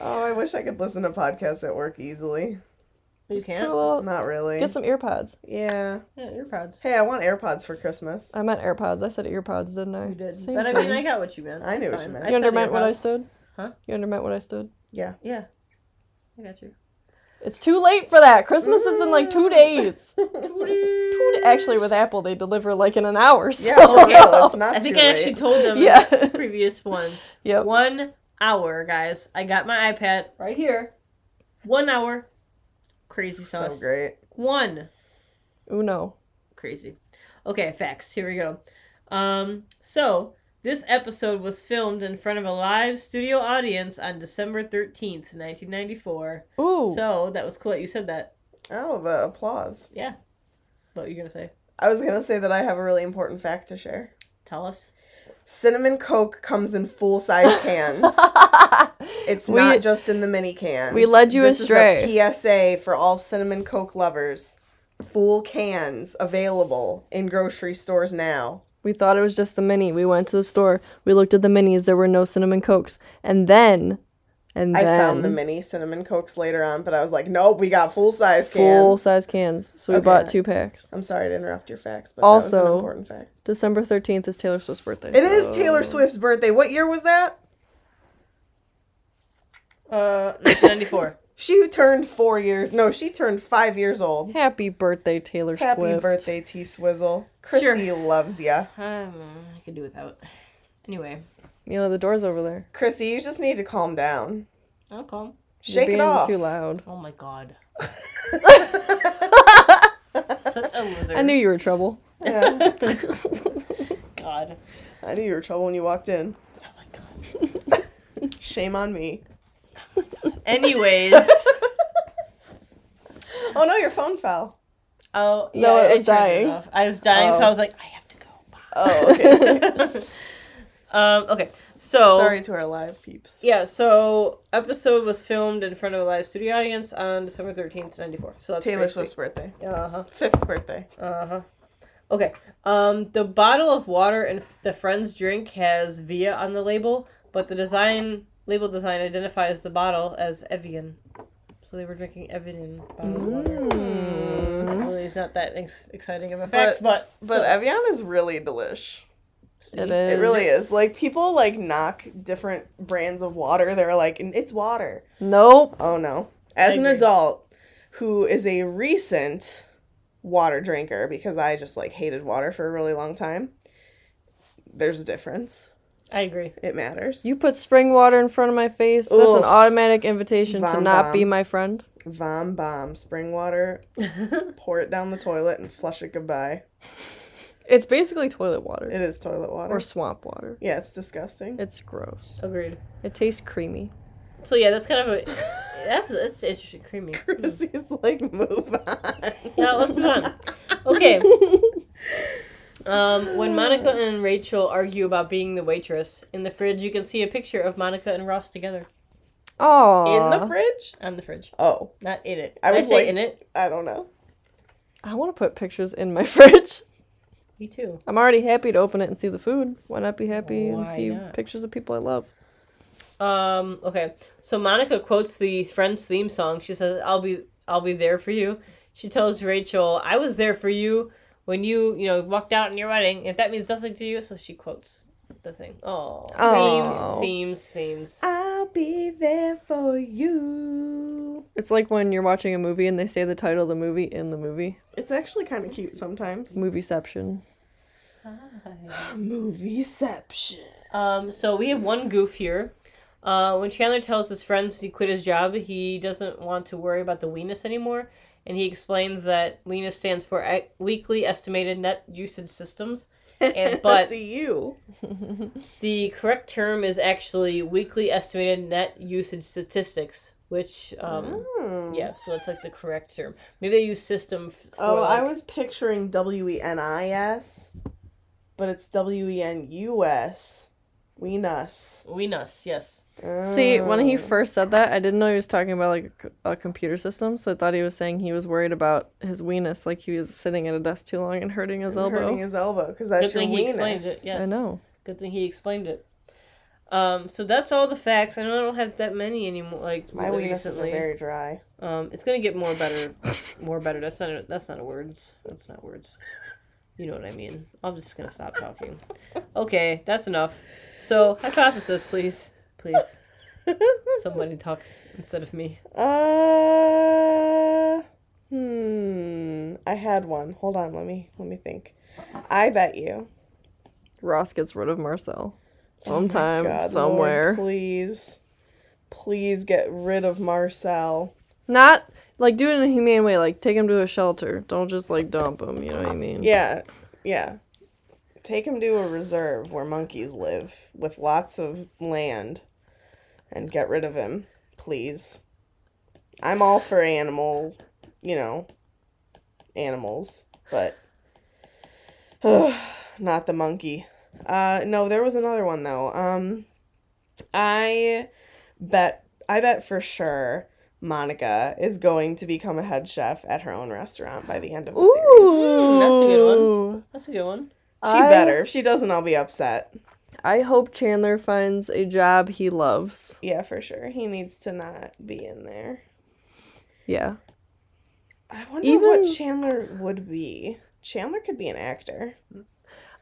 S4: Oh, I wish I could listen to podcasts at work easily.
S5: You
S3: Put a
S5: can't.
S3: little-
S4: Not really.
S3: Get some earpods.
S4: Yeah.
S5: Yeah, you're proud.
S4: Hey, I want AirPods for Christmas.
S3: I meant AirPods. I said earpods, didn't I?
S5: You did,
S3: Same
S5: but I
S3: thing.
S5: mean, I got what you meant.
S4: I knew
S5: It's
S4: what you
S5: fine.
S4: meant.
S5: I
S3: you
S5: said
S3: undermeant
S5: it
S3: what I
S5: was-
S3: stood?
S5: Huh?
S3: You undermeant what I stood?
S4: Yeah.
S5: Yeah, I got you.
S3: It's too late for that. Christmas is in like
S5: Mm.
S3: two days. Two d- Actually, with Apple, they deliver like in an hour. So.
S4: Yeah, for real. It's not
S5: I think
S4: too
S5: I actually
S4: late.
S5: told them
S3: Yeah.
S5: in the previous one.
S3: Yep.
S5: One hour, guys. I got my iPad right here. One hour. Crazy sauce.
S4: so great.
S5: One.
S3: Uno.
S5: crazy. Okay, facts. Here we go. Um, so this episode was filmed in front of a live studio audience on December thirteenth, nineteen ninety four.
S3: Ooh.
S5: So that was cool that you said that.
S4: Oh, the applause.
S5: Yeah. What were you gonna say?
S4: I was gonna say that I have a really important fact to share.
S5: Tell us.
S4: Cinnamon Coke comes in full size cans. It's
S3: We-
S4: not just in the mini cans.
S3: we led you
S4: This
S3: astray.
S4: Is a PSA for all cinnamon Coke lovers. Full cans available in grocery stores now.
S3: We thought it was just the mini. We went to the store. We looked at the minis. There were no cinnamon cokes. And then, and
S4: I
S3: then,
S4: found the mini cinnamon cokes later on, but I was like, nope, we got full size cans.
S3: full size cans. So we
S4: Okay.
S3: bought two packs.
S4: I'm sorry to interrupt your facts, but that was an
S3: Also-
S4: important fact.
S3: December thirteenth is Taylor Swift's birthday.
S4: It is Taylor
S3: Oh.
S4: Swift's birthday. What year was that?
S5: Uh, 1994.
S4: She turned four years. No, she turned five years old.
S3: Happy birthday, Taylor
S4: Happy
S3: Swift.
S4: birthday, T Swizzle. Chrissy loves ya.
S5: um, I can do without. Anyway,
S3: You know the door's over there.
S4: Chrissy, you just need to calm down.
S5: I'll call.
S3: You're
S4: Shake
S3: being
S4: it off.
S3: Too loud.
S5: Oh my god. Such a loser.
S3: I knew you were trouble.
S4: Yeah.
S5: God.
S4: I knew you were trouble when you walked in.
S5: Oh my god.
S4: Shame on me.
S5: Anyways,
S4: Oh no, your phone fell.
S5: oh yeah,
S3: No, it
S5: I- I
S3: was
S5: turned
S3: dying.
S5: off. I was dying, so
S4: Oh.
S5: I was like, I have to
S4: Oh,
S5: go.
S4: okay.
S5: Um, okay,
S3: Oh.
S5: so
S4: sorry to our live peeps.
S5: yeah, so episode was filmed in front of a live studio audience on December thirteenth, ninety four. So that's
S4: Taylor Swift's birthday.
S5: Uh huh.
S4: Fifth birthday.
S5: Uh huh. Okay. Um, the bottle of water and the friend's drink has Via on the label, but the design label design identifies the bottle as Evian. So they were drinking Evian bottled water. Really, it's not that ex- exciting of a fact, but
S4: But Evian is really delish.
S3: It is.
S4: It really is. Like people like knock different brands of water. They're like, it's water.
S3: Nope.
S4: Oh no. As an
S5: agree.
S4: adult who is a recent water drinker, because I just like hated water for a really long time, there's a difference.
S5: I agree.
S4: It matters.
S3: You put spring water in front of my face. That's
S4: Oof.
S3: an automatic invitation to
S4: Vom
S3: not be
S4: vom.
S3: my friend.
S4: Vom bomb spring water, pour it down the toilet and flush it goodbye.
S3: It's basically toilet water
S4: It is toilet water.
S3: or swamp water.
S4: yeah, it's disgusting.
S3: It's gross.
S5: Agreed.
S3: It tastes creamy.
S5: So yeah, that's kind of a that's it's interesting, creamy.
S4: Chrissy's like, move on.
S5: Yeah, let's move on. Okay. Um, when Monica and Rachel argue about being the waitress, in the fridge you can see a picture of Monica and Ross together
S3: Oh.
S4: In the fridge?
S5: on the fridge,
S4: Oh,
S5: not in it.
S4: I
S5: I,
S4: was
S5: say
S4: like-
S5: in it.
S4: I don't know.
S3: I want to put pictures in my fridge.
S5: Me too.
S3: I'm already happy to open it and see the food. Why not be happy and
S5: Why
S3: see
S5: not?
S3: pictures of people I love?
S5: Um, okay. So Monica quotes the Friends theme song. She says, "I'll be, I'll be there for you." She tells Rachel, "I was there for you when you, you know, walked out in your wedding. If that means nothing to you, so she quotes the thing. Oh,
S3: Aw.
S5: themes, themes, themes.
S4: I'll be there for you.
S3: It's like when you're watching a movie and they say the title of the movie in the movie.
S4: It's actually kind of cute sometimes.
S3: Movieception.
S4: Movieception.
S5: Um, so we have one goof here. Uh, when Chandler tells his friends he quit his job, he doesn't want to worry about the weenus anymore, and he explains that weenus stands for e- weekly estimated net usage systems. And but
S4: That's e- you.
S5: the correct term is actually weekly estimated net usage statistics, which um,
S4: Hmm.
S5: yeah, so that's like the correct term. Maybe they use system. f- For,
S4: Oh, I
S5: like-
S4: was picturing W E N I S, but it's W E N U S. Weenus. Oh.
S5: weenus. Yes.
S3: See, when he first said that, I didn't know he was talking about like a c- a, computer system, so I thought he was saying he was worried about his weenus, like he was sitting at a desk too long and hurting his elbow.
S4: Hurting his elbow because
S5: Good
S4: that's your
S5: thing he explained it.
S4: weenus.
S5: Yes.
S3: I know.
S5: Good thing he explained it. Um, so that's all the facts. I know I don't have that many anymore. Like
S4: My
S5: really
S4: weenus is
S5: recently,
S4: very dry.
S5: um, it's gonna get more better, more better. That's not a, that's not a words. That's not words. You know what I mean. I'm just gonna stop talking. Okay, that's enough. So hypothesis, please, please. Somebody talks instead of me.
S4: Uh, hmm. I had one. Hold on. Let me let me think. I bet you.
S3: Ross gets rid of Marcel
S4: Oh my
S3: sometime,
S4: God, Lord,
S3: somewhere.
S4: please, please get rid of Marcel.
S3: Not like do it in a humane way, like take him to a shelter. Don't just like dump him, you know what I mean?
S4: Yeah, yeah. Take him to a reserve where monkeys live with lots of land, and get rid of him, please. I'm all for animal you know, animals, but not the monkey. Uh, no, there was another one though. Um, I bet I bet for sure Monica is going to become a head chef at her own restaurant by the end of the series.
S5: Hmm, that's a good one.
S3: Ooh.
S5: That's a good one.
S4: She
S3: I-
S4: better. If she doesn't, I'll be upset.
S3: I hope Chandler finds a job he loves.
S4: Yeah, for sure. He needs to not be in there.
S3: Yeah.
S4: I wonder what
S3: Even-
S4: Chandler would be. Chandler could be an actor.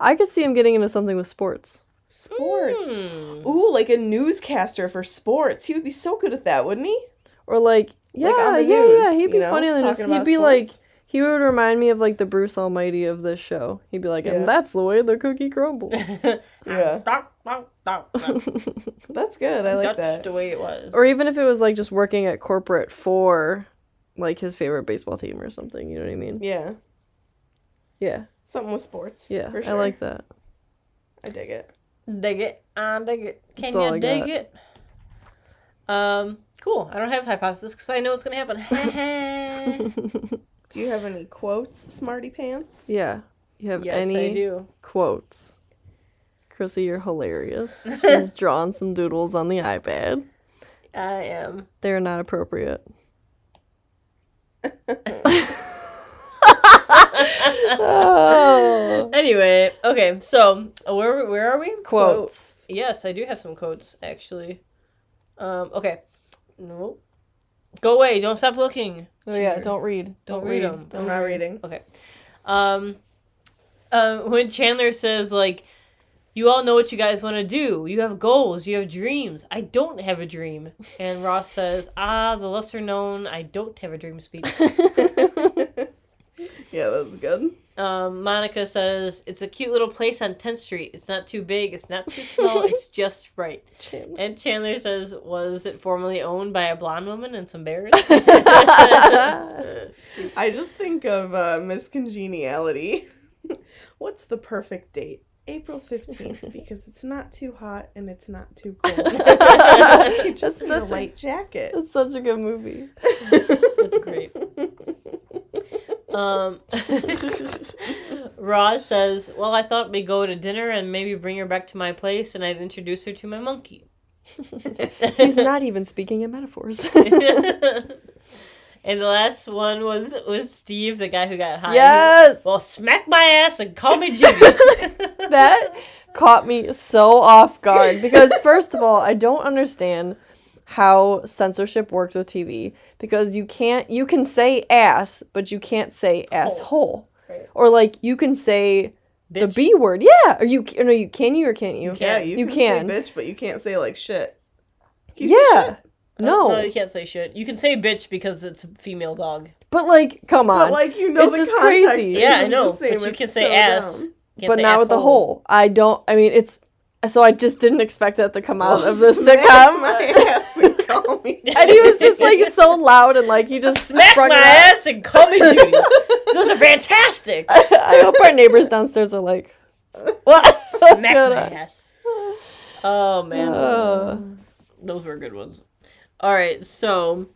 S3: I could see him getting into something with sports.
S4: Sports.
S5: Hmm.
S4: Ooh, like a newscaster for sports. He would be so good at that, wouldn't he?
S3: Or like yeah,
S4: like on the
S3: yeah,
S4: news.
S3: yeah.
S4: you
S3: He'd be
S4: know,
S3: funny on the news.
S4: talking about
S3: He'd be like
S4: sports.
S3: he would remind me of like the Bruce Almighty of this show. He'd be like,
S4: Yeah.
S3: and that's the way the cookie crumbles.
S4: yeah,
S5: That's
S4: that's good. I like that.
S5: the way it was.
S3: or even if it was like just working at corporate for like his favorite baseball team or something, you know what I mean?
S4: Yeah,
S3: Yeah.
S4: something with sports.
S3: Yeah.
S4: for sure.
S3: I like that.
S4: I dig it.
S5: dig it. I dig it. Can
S3: That's all
S5: you
S3: I
S5: dig
S3: got.
S5: it? Um, cool. I don't have hypothesis because I know what's gonna happen.
S4: Do you have any quotes, Smarty Pants?
S3: yeah. You have
S5: yes,
S3: any
S5: I do.
S3: quotes. Chrissy, you're hilarious. She's drawn some doodles on the iPad.
S5: I am.
S3: They're not appropriate. oh.
S5: Anyway, okay. So uh, where where are we?
S3: Quotes.
S5: Yes, I do have some quotes actually. Um, okay. No. Go away! Don't stop looking.
S3: Oh yeah,
S5: Cheater.
S3: don't read.
S5: Don't, read them.
S4: I'm not reading.
S5: Okay. Um, uh, when Chandler says, like, you all know what you guys want to do. You have goals. You have dreams. I don't have a dream. And Ross says, ah, the lesser known, I don't have a dream speech.
S4: Yeah, that was good.
S5: Um, Monica says, it's a cute little place on 10th Street. It's not too big. It's not too small. it's just right.
S3: Chandler.
S5: And Chandler says, was it formerly owned by a blonde woman and some bears?
S4: I just think of uh, Miss Congeniality. What's the perfect date? April 15th, because it's not too hot and it's not too cold. you just
S3: That's
S4: need a
S3: such a-
S4: light jacket.
S3: It's such a good movie.
S5: That's great. Um, Roz says, "Well, I thought we'd go to dinner and maybe bring her back to my place, and I'd introduce her to my monkey."
S3: He's not even speaking in metaphors.
S5: and the last one was was Steve, the guy who got high.
S3: yes,
S5: Well, smack my ass and call me Jimmy.
S3: that caught me so off guard because first of all, I don't understand how censorship works with TV because you can't you can say ass, but you can't say asshole.
S5: Right.
S3: Or like you can say the
S5: Bitch.
S3: B word. Yeah. Or you or no, you can you or can't you?
S4: yeah,
S5: can't-
S4: you,
S3: you can.
S4: can, say bitch, but you can't say like shit. Can you say
S3: Yeah.
S4: shit?
S3: No.
S5: Oh, no, you can't say shit. You can say bitch because it's a female dog.
S3: But like, come on.
S4: But like you know
S3: It's
S4: the
S3: just
S4: context.
S3: crazy.
S4: isn't
S5: Yeah, I
S4: the
S5: know,
S4: same.
S5: but you
S4: It's
S5: can say
S4: so
S5: ass.
S4: dumb.
S5: You can't
S3: but
S5: say
S3: now with the
S5: asshole.
S3: whole. I don't I mean it's so I just didn't expect that to come out
S4: Well,
S3: of the
S4: smack
S3: sitcom.
S4: My ass and call me.
S3: And he was just like so loud and like he just
S5: smack
S3: sprung
S5: my
S3: it out.
S5: ass and call me Judy. Those are fantastic.
S3: I hope our neighbors downstairs are like What? What's
S5: Smack
S3: going
S5: my
S3: on?
S5: ass. Oh man,
S3: Uh,
S5: those were good ones. All right, so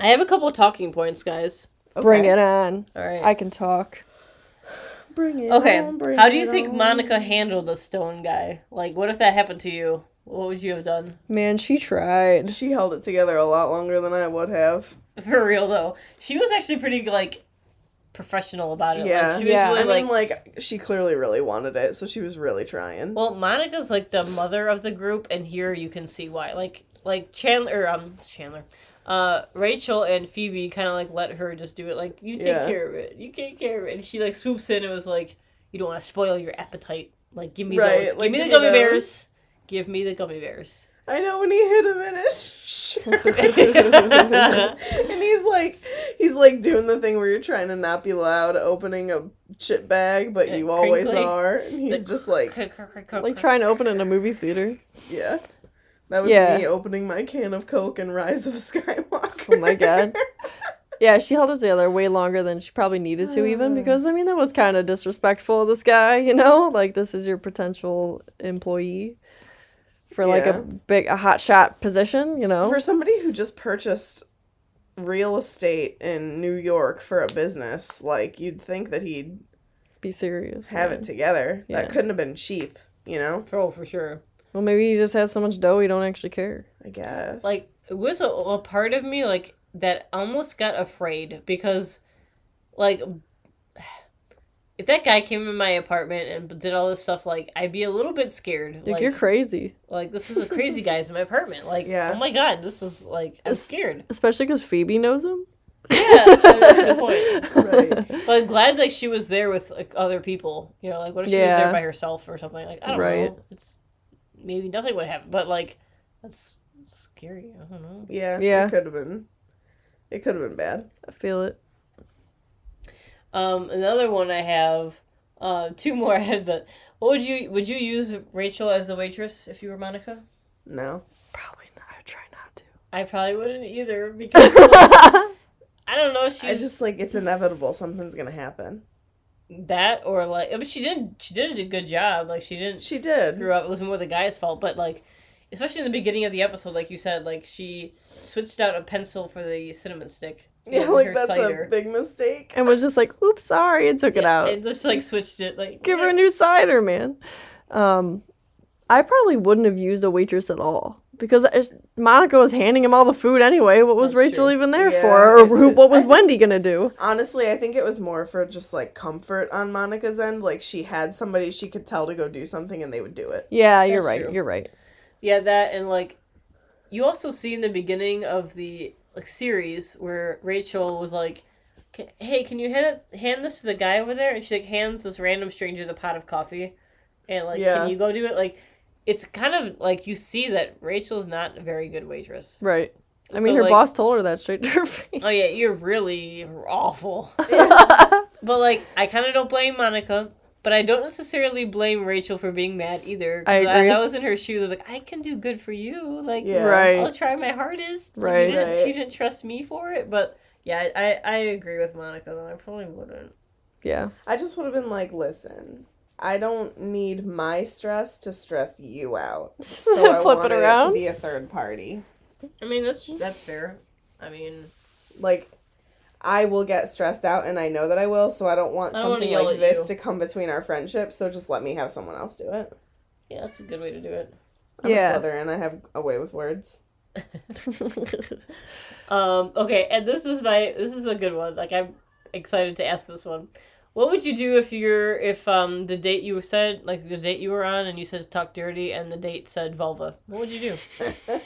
S5: I have a couple talking points, guys.
S3: Bring it on.
S5: All right.
S3: I can talk.
S4: Bring it.
S5: okay.
S4: on, bring
S5: How do you
S4: it
S5: think
S4: on.
S5: Monica handled the stone guy? Like, what if that happened to you? What would you have done?
S3: Man, she tried.
S4: She held it together a lot longer than I would have.
S5: For real though, she was actually pretty like professional about it.
S4: Yeah.
S5: Like, she was
S3: Yeah.
S5: really
S4: I
S5: like.
S4: mean, like she clearly really wanted it, so she was really trying.
S5: well, Monica's like the mother of the group, and here you can see why. Like, like Chandler, um, Chandler, uh, Rachel and Phoebe kind of like let her just do it. Like, you take
S4: Yeah.
S5: care of it. You take care of it. And she like swoops in and was like, "You don't want to spoil your appetite. Like, give me
S4: Right,
S5: those.
S4: like,
S5: give me the
S4: give me
S5: gummy
S4: those."
S5: bears. Give me the gummy bears."
S4: I know when he hit him in his shirt.
S5: yeah,
S4: and he's like he's like doing the thing where you're trying to not be loud opening a chip bag but
S5: Yeah,
S4: you always
S5: crinkly.
S4: are and he's
S5: The-
S4: just like
S3: Like trying to open it in a movie theater.
S4: yeah that was
S3: Yeah.
S4: me opening my can of coke and rise of skywalker
S3: Oh my god. Yeah, she held it together way longer than she probably needed to, even because I mean that was kind of disrespectful. of This guy, you know, like this is your potential employee for like
S4: Yeah.
S3: a big a hot shot position, you know.
S4: for somebody who just purchased real estate in New York for a business, like you'd think that he'd
S3: Be serious.
S4: have
S3: man.
S4: it together.
S3: Yeah.
S4: That couldn't have been cheap, you know?
S5: Oh, for sure.
S3: Well, maybe he just has so much dough he don't actually care.
S4: I guess.
S5: Like it was a, a part of me like that almost got afraid because, like, if that guy came in my apartment and did all this stuff, like I'd be a little bit scared.
S3: Like, you're crazy,
S5: Like this is a crazy guy's in my apartment. Like
S4: Yeah.
S5: oh my god, this is like I'm
S3: It's-
S5: scared.
S3: especially because Phoebe knows him.
S5: Yeah, that's a good point.
S4: Right.
S5: But I'm glad like she was there with like other people. You know, like what if she was
S3: Yeah.
S5: there by herself or something? Like I don't
S3: Right.
S5: know. It's maybe nothing would happen, but like that's scary. I don't know.
S4: yeah.
S3: Yeah.
S4: It could have been it could have been bad.
S3: I feel it.
S5: Um, another one I have. Uh, two more ahead, but what would you would you use Rachel as the waitress if you were Monica?
S4: No.
S3: Probably not. I try not to.
S5: I probably wouldn't either because like, I don't know. She's
S4: I just like it's inevitable something's gonna happen.
S5: that or like I mean, she did she did a good job like she didn't
S4: She did.
S5: screw up it was more the guy's fault but like especially in the beginning of the episode like you said like she switched out a pencil for the cinnamon stick
S4: Yeah,
S5: in
S4: like
S5: her
S4: that's
S5: cider.
S4: a big mistake.
S3: And was just like, oops, sorry, and took it
S5: Yeah,
S3: out.
S5: and just like switched it like
S3: Give her a new cider, man. Um, I probably wouldn't have used a waitress at all because I- Monica was handing him all the food anyway. What was
S5: That's
S3: Rachel
S5: true.
S3: even there
S4: Yeah,
S3: for? Or
S4: it
S3: who,
S4: did-
S3: what
S4: I
S3: was
S4: think-
S3: Wendy gonna do?
S4: Honestly, I think it was more for just like comfort on Monica's end. Like she had somebody she could tell to go do something and they would do it.
S3: Yeah, you're
S5: That's
S3: right.
S5: true.
S3: You're right.
S5: yeah that and like you also see in the beginning of the like series where Rachel was like "Ca- hey can you hand hand this to the guy over there and she like hands this random stranger the pot of coffee and like
S4: Yeah.
S5: can you go do it like it's kind of like you see that Rachel's not a very good waitress
S3: Right. I mean,
S5: So,
S3: her
S5: like-
S3: boss told her that straight to her face.
S5: oh yeah you're really awful but like I kind of don't blame Monica but I don't necessarily blame Rachel for being mad either. 'cause
S3: I agree.
S5: If I was in her shoes, I'm like, I can do good for you. Like,
S4: Yeah.
S3: Right.
S5: I'll try my hardest. Like,
S3: Right.
S5: You didn't,
S4: Right.
S5: She didn't trust me for it, but yeah, I, I agree with Monica though. I probably wouldn't.
S3: Yeah.
S4: I just would have been like, listen, I don't need my stress to stress you out. So I
S3: Flip it
S4: wanted it
S3: around.
S4: to be a third party.
S5: I mean, that's that's fair. I mean,
S4: Like I will get stressed out and I know that I will, so I don't want
S5: I don't wanna
S4: something
S5: yell
S4: like
S5: at
S4: this
S5: you.
S4: to come between our friendship, so just let me have someone else do it.
S5: yeah, that's a good way to do it.
S4: I'm
S3: Yeah.
S4: a Slytherin, I have a way with words.
S5: Um, okay, and this is my this is a good one. Like I'm excited to ask this one. What would you do if you're if um the date you said like the date you were on and you said talk dirty and the date said vulva? What would you do?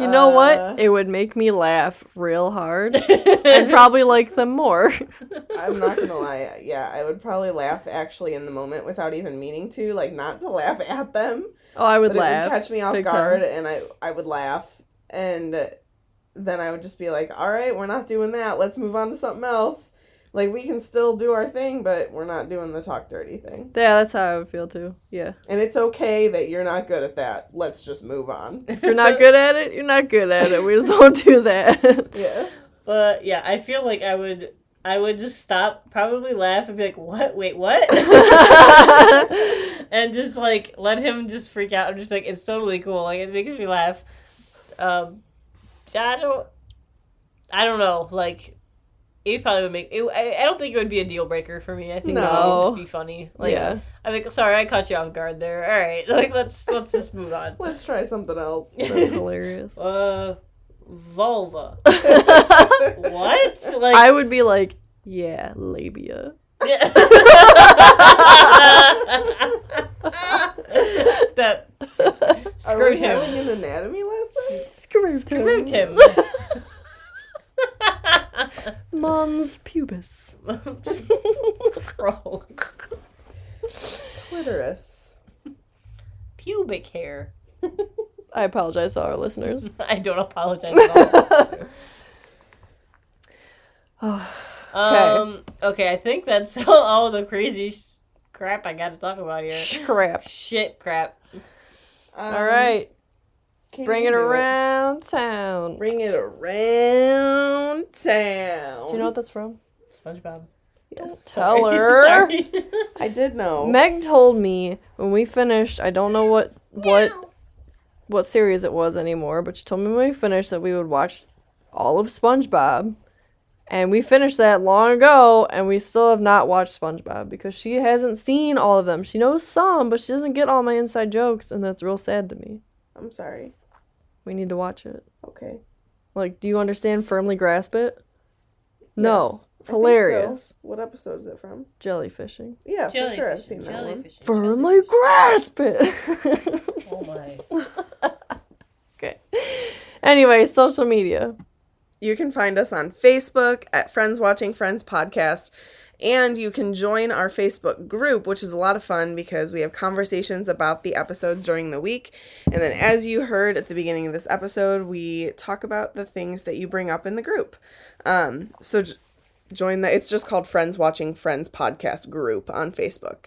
S3: You know
S4: Uh.
S3: what? It would make me laugh real hard and probably like them more.
S4: I'm not gonna lie. Yeah, I would probably laugh actually in the moment without even meaning to, like not to laugh at them,
S3: Oh, I would
S4: but
S3: laugh.
S4: it would catch me off
S3: big
S4: guard, and I I would laugh, and then I would just be like, "All right, we're not doing that. Let's move on to something else. Like we can still do our thing, but we're not doing the talk dirty thing.
S3: yeah, that's how I would feel too. Yeah.
S4: And it's okay that you're not good at that. Let's just move on.
S3: If you're not good at it, you're not good at it. We just don't do that.
S4: Yeah,
S5: But yeah, I feel like I would I would just stop, probably laugh and be like, "What? Wait, what?" and just like let him just freak out. I'm just like, "It's totally cool. Like it makes me laugh." Um, I don't, I don't know. Like it probably would make. It, I, I don't think it would be a deal breaker for me. I think it
S3: No.
S5: would just be funny. Like
S3: yeah.
S5: I'm like, sorry, I caught you off guard there. All right, like let's let's just move on.
S4: let's try something else.
S3: That's hilarious.
S5: Uh, vulva.
S3: I
S5: What? Like
S3: would be like, yeah, labia.
S5: Yeah. that
S4: Are we
S5: screwed
S4: having
S5: him.
S4: an anatomy lesson?
S3: Screwed,
S5: Screwed him.
S3: Mons pubis.
S5: Bro.
S4: Clitoris.
S5: Pubic hair.
S3: I apologize to our listeners.
S5: I don't apologize at all. Um, okay, I think that's all the crazy sh- crap I got to talk about here.
S3: Crap.
S5: Shit crap.
S4: Um,
S3: All right.
S4: can
S3: Bring
S4: you
S3: it
S4: do
S3: around town.
S4: Bring it around town.
S3: Do you know what that's from?
S5: SpongeBob.
S4: Yes.
S3: Tell
S5: Sorry.
S3: her.
S5: Sorry.
S4: I did know.
S3: Meg told me when we finished, I don't know what what what series it was anymore, but she told me when we finished that we would watch all of SpongeBob. And we finished that long ago, and we still have not watched SpongeBob because she hasn't seen all of them. She knows some, but she doesn't get all my inside jokes, and that's real sad to me.
S4: I'm sorry.
S3: We need to watch it.
S4: Okay.
S3: Like, do you understand? Firmly grasp it? No.
S4: Yes.
S3: It's
S4: I think so.
S3: hilarious.
S4: What episode is it from?
S3: Jellyfishing.
S4: Yeah, for
S5: Jellyfishing,
S4: sure. I've seen that one.
S5: jellyfishing,
S3: Firmly grasp it!
S5: jellyfishing. Oh my.
S3: okay. Anyway, social media.
S4: You can find us on Facebook at Friends Watching Friends Podcast. And you can join our Facebook group, which is a lot of fun because we have conversations about the episodes during the week. And then, as you heard at the beginning of this episode, we talk about the things that you bring up in the group. Um, so, j- join the it's just called friends watching friends podcast group on facebook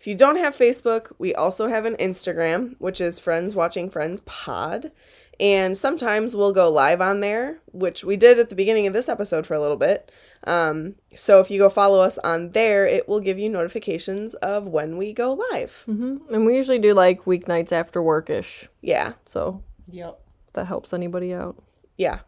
S4: if you don't have facebook we also have an instagram which is friends watching friends pod and sometimes we'll go live on there which we did at the beginning of this episode for a little bit um, so if you go follow us on there it will give you notifications of when we go live
S3: And we usually do like weeknights after work ish.
S4: yeah
S3: So
S5: Yep.
S3: if that helps anybody out.
S4: yeah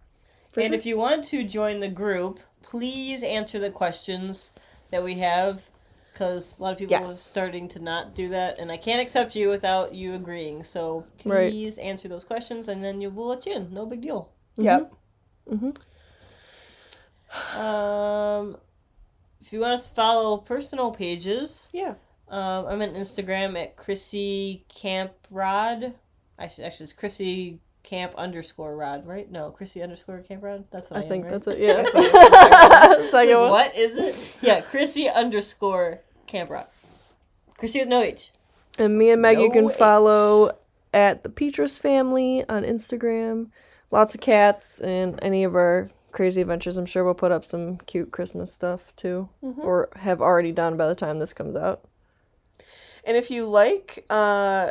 S5: and if you want to join the group, please answer the questions that we have because a lot of people are
S4: Yes.
S5: starting to not do that, and I can't accept you without you agreeing. So
S3: Right.
S5: please answer those questions, and then you will let you in. No big deal.
S4: yep
S5: Um, if you want us to follow personal pages,
S4: yeah
S5: Um, I'm on Instagram at Chrissy Camp Rod. I should actually it's Chrissy Camp underscore Rod, right? No, Chrissy underscore Camp Rod. That's what I,
S3: I think
S5: am,
S3: that's
S5: Oh, right?
S3: it. Yeah. Second one.
S5: What is it? Yeah, Chrissy underscore Camp Rod. Chrissy with no H.
S3: And me and Meg, you can
S4: No
S3: follow at the Petrus family on Instagram. Lots of cats and any of our crazy adventures. I'm sure we'll put up some cute Christmas stuff too, or have already done by the time this comes out.
S4: And if you like uh,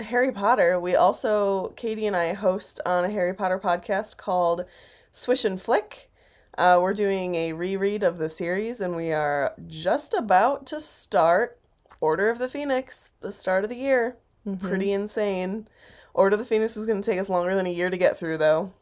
S4: Harry Potter, we also, Katie and I host on a Harry Potter podcast called Swish and Flick. Uh, we're doing a reread of the series, and we are just about to start Order of the Phoenix, the start of the year. Pretty insane. Order of the Phoenix is going to take us longer than a year to get through, though.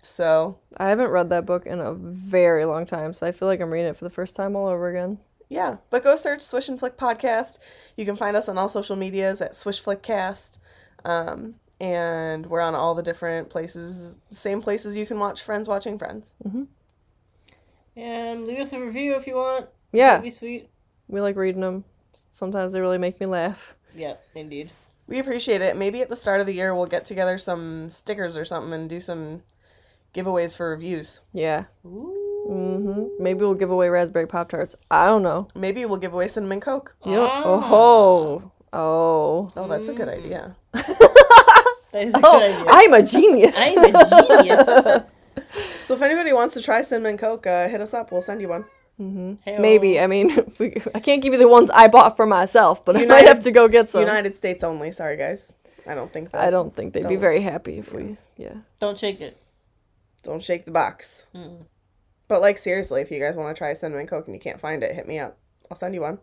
S4: So,
S3: I haven't read that book in a very long time, so I feel like I'm reading it for the first time all over again.
S4: yeah. But go search Swish and Flick podcast. You can find us on all social medias at Swish Flick Cast. Um, and we're on all the different places, same places you can watch Friends Watching Friends.
S5: And leave us a review if you want.
S3: Yeah,
S5: That'd be sweet.
S3: we like reading them. Sometimes they really make me laugh.
S5: Yeah, indeed.
S4: We appreciate it. Maybe at the start of the year, we'll get together some stickers or something and do some giveaways for reviews.
S3: Yeah.
S5: Ooh.
S3: hmm Maybe we'll give away raspberry pop tarts. I don't know.
S4: Maybe we'll give away cinnamon coke.
S3: You don't-
S5: Ah.
S3: Oh. Oh.
S4: Oh, that's a good idea.
S5: That is a
S3: Oh,
S5: good idea.
S3: I'm a genius.
S5: I'm a genius.
S4: So if anybody wants to try cinnamon coke, uh, hit us up. We'll send you one.
S5: Hey-o.
S3: Maybe. I mean, if we, I can't give you the ones I bought for myself, but I might
S4: United-
S3: have to go get some.
S4: United States only. Sorry, guys. I don't think that.
S3: I don't think they'd be
S4: Don't.
S3: very happy if we. Yeah.
S5: Don't shake it.
S4: Don't shake the box.
S5: Mm.
S4: But like seriously, if you guys want to try cinnamon coke and you can't find it, hit me up. I'll send you one.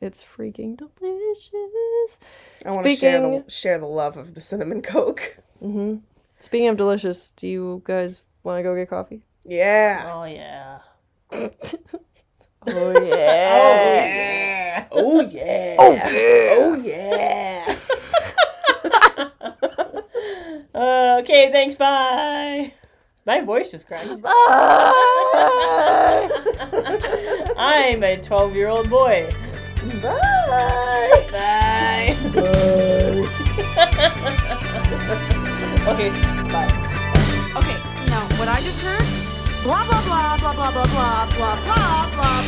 S3: It's freaking delicious.
S4: I want to share the
S3: Speaking-
S4: share the love of the cinnamon coke.
S3: Speaking of delicious, do you guys want to go get coffee?
S4: Yeah.
S5: Oh yeah.
S3: Oh, yeah.
S4: Oh yeah. Oh yeah. Oh yeah.
S5: Uh, okay, thanks. Bye. My voice just cracks. I'm a 12 year old boy.
S4: Bye.
S5: Bye. okay, bye.
S6: Okay, no, what I just heard? Blah, blah, blah, blah, blah, blah, blah, blah, blah, blah, blah, blah.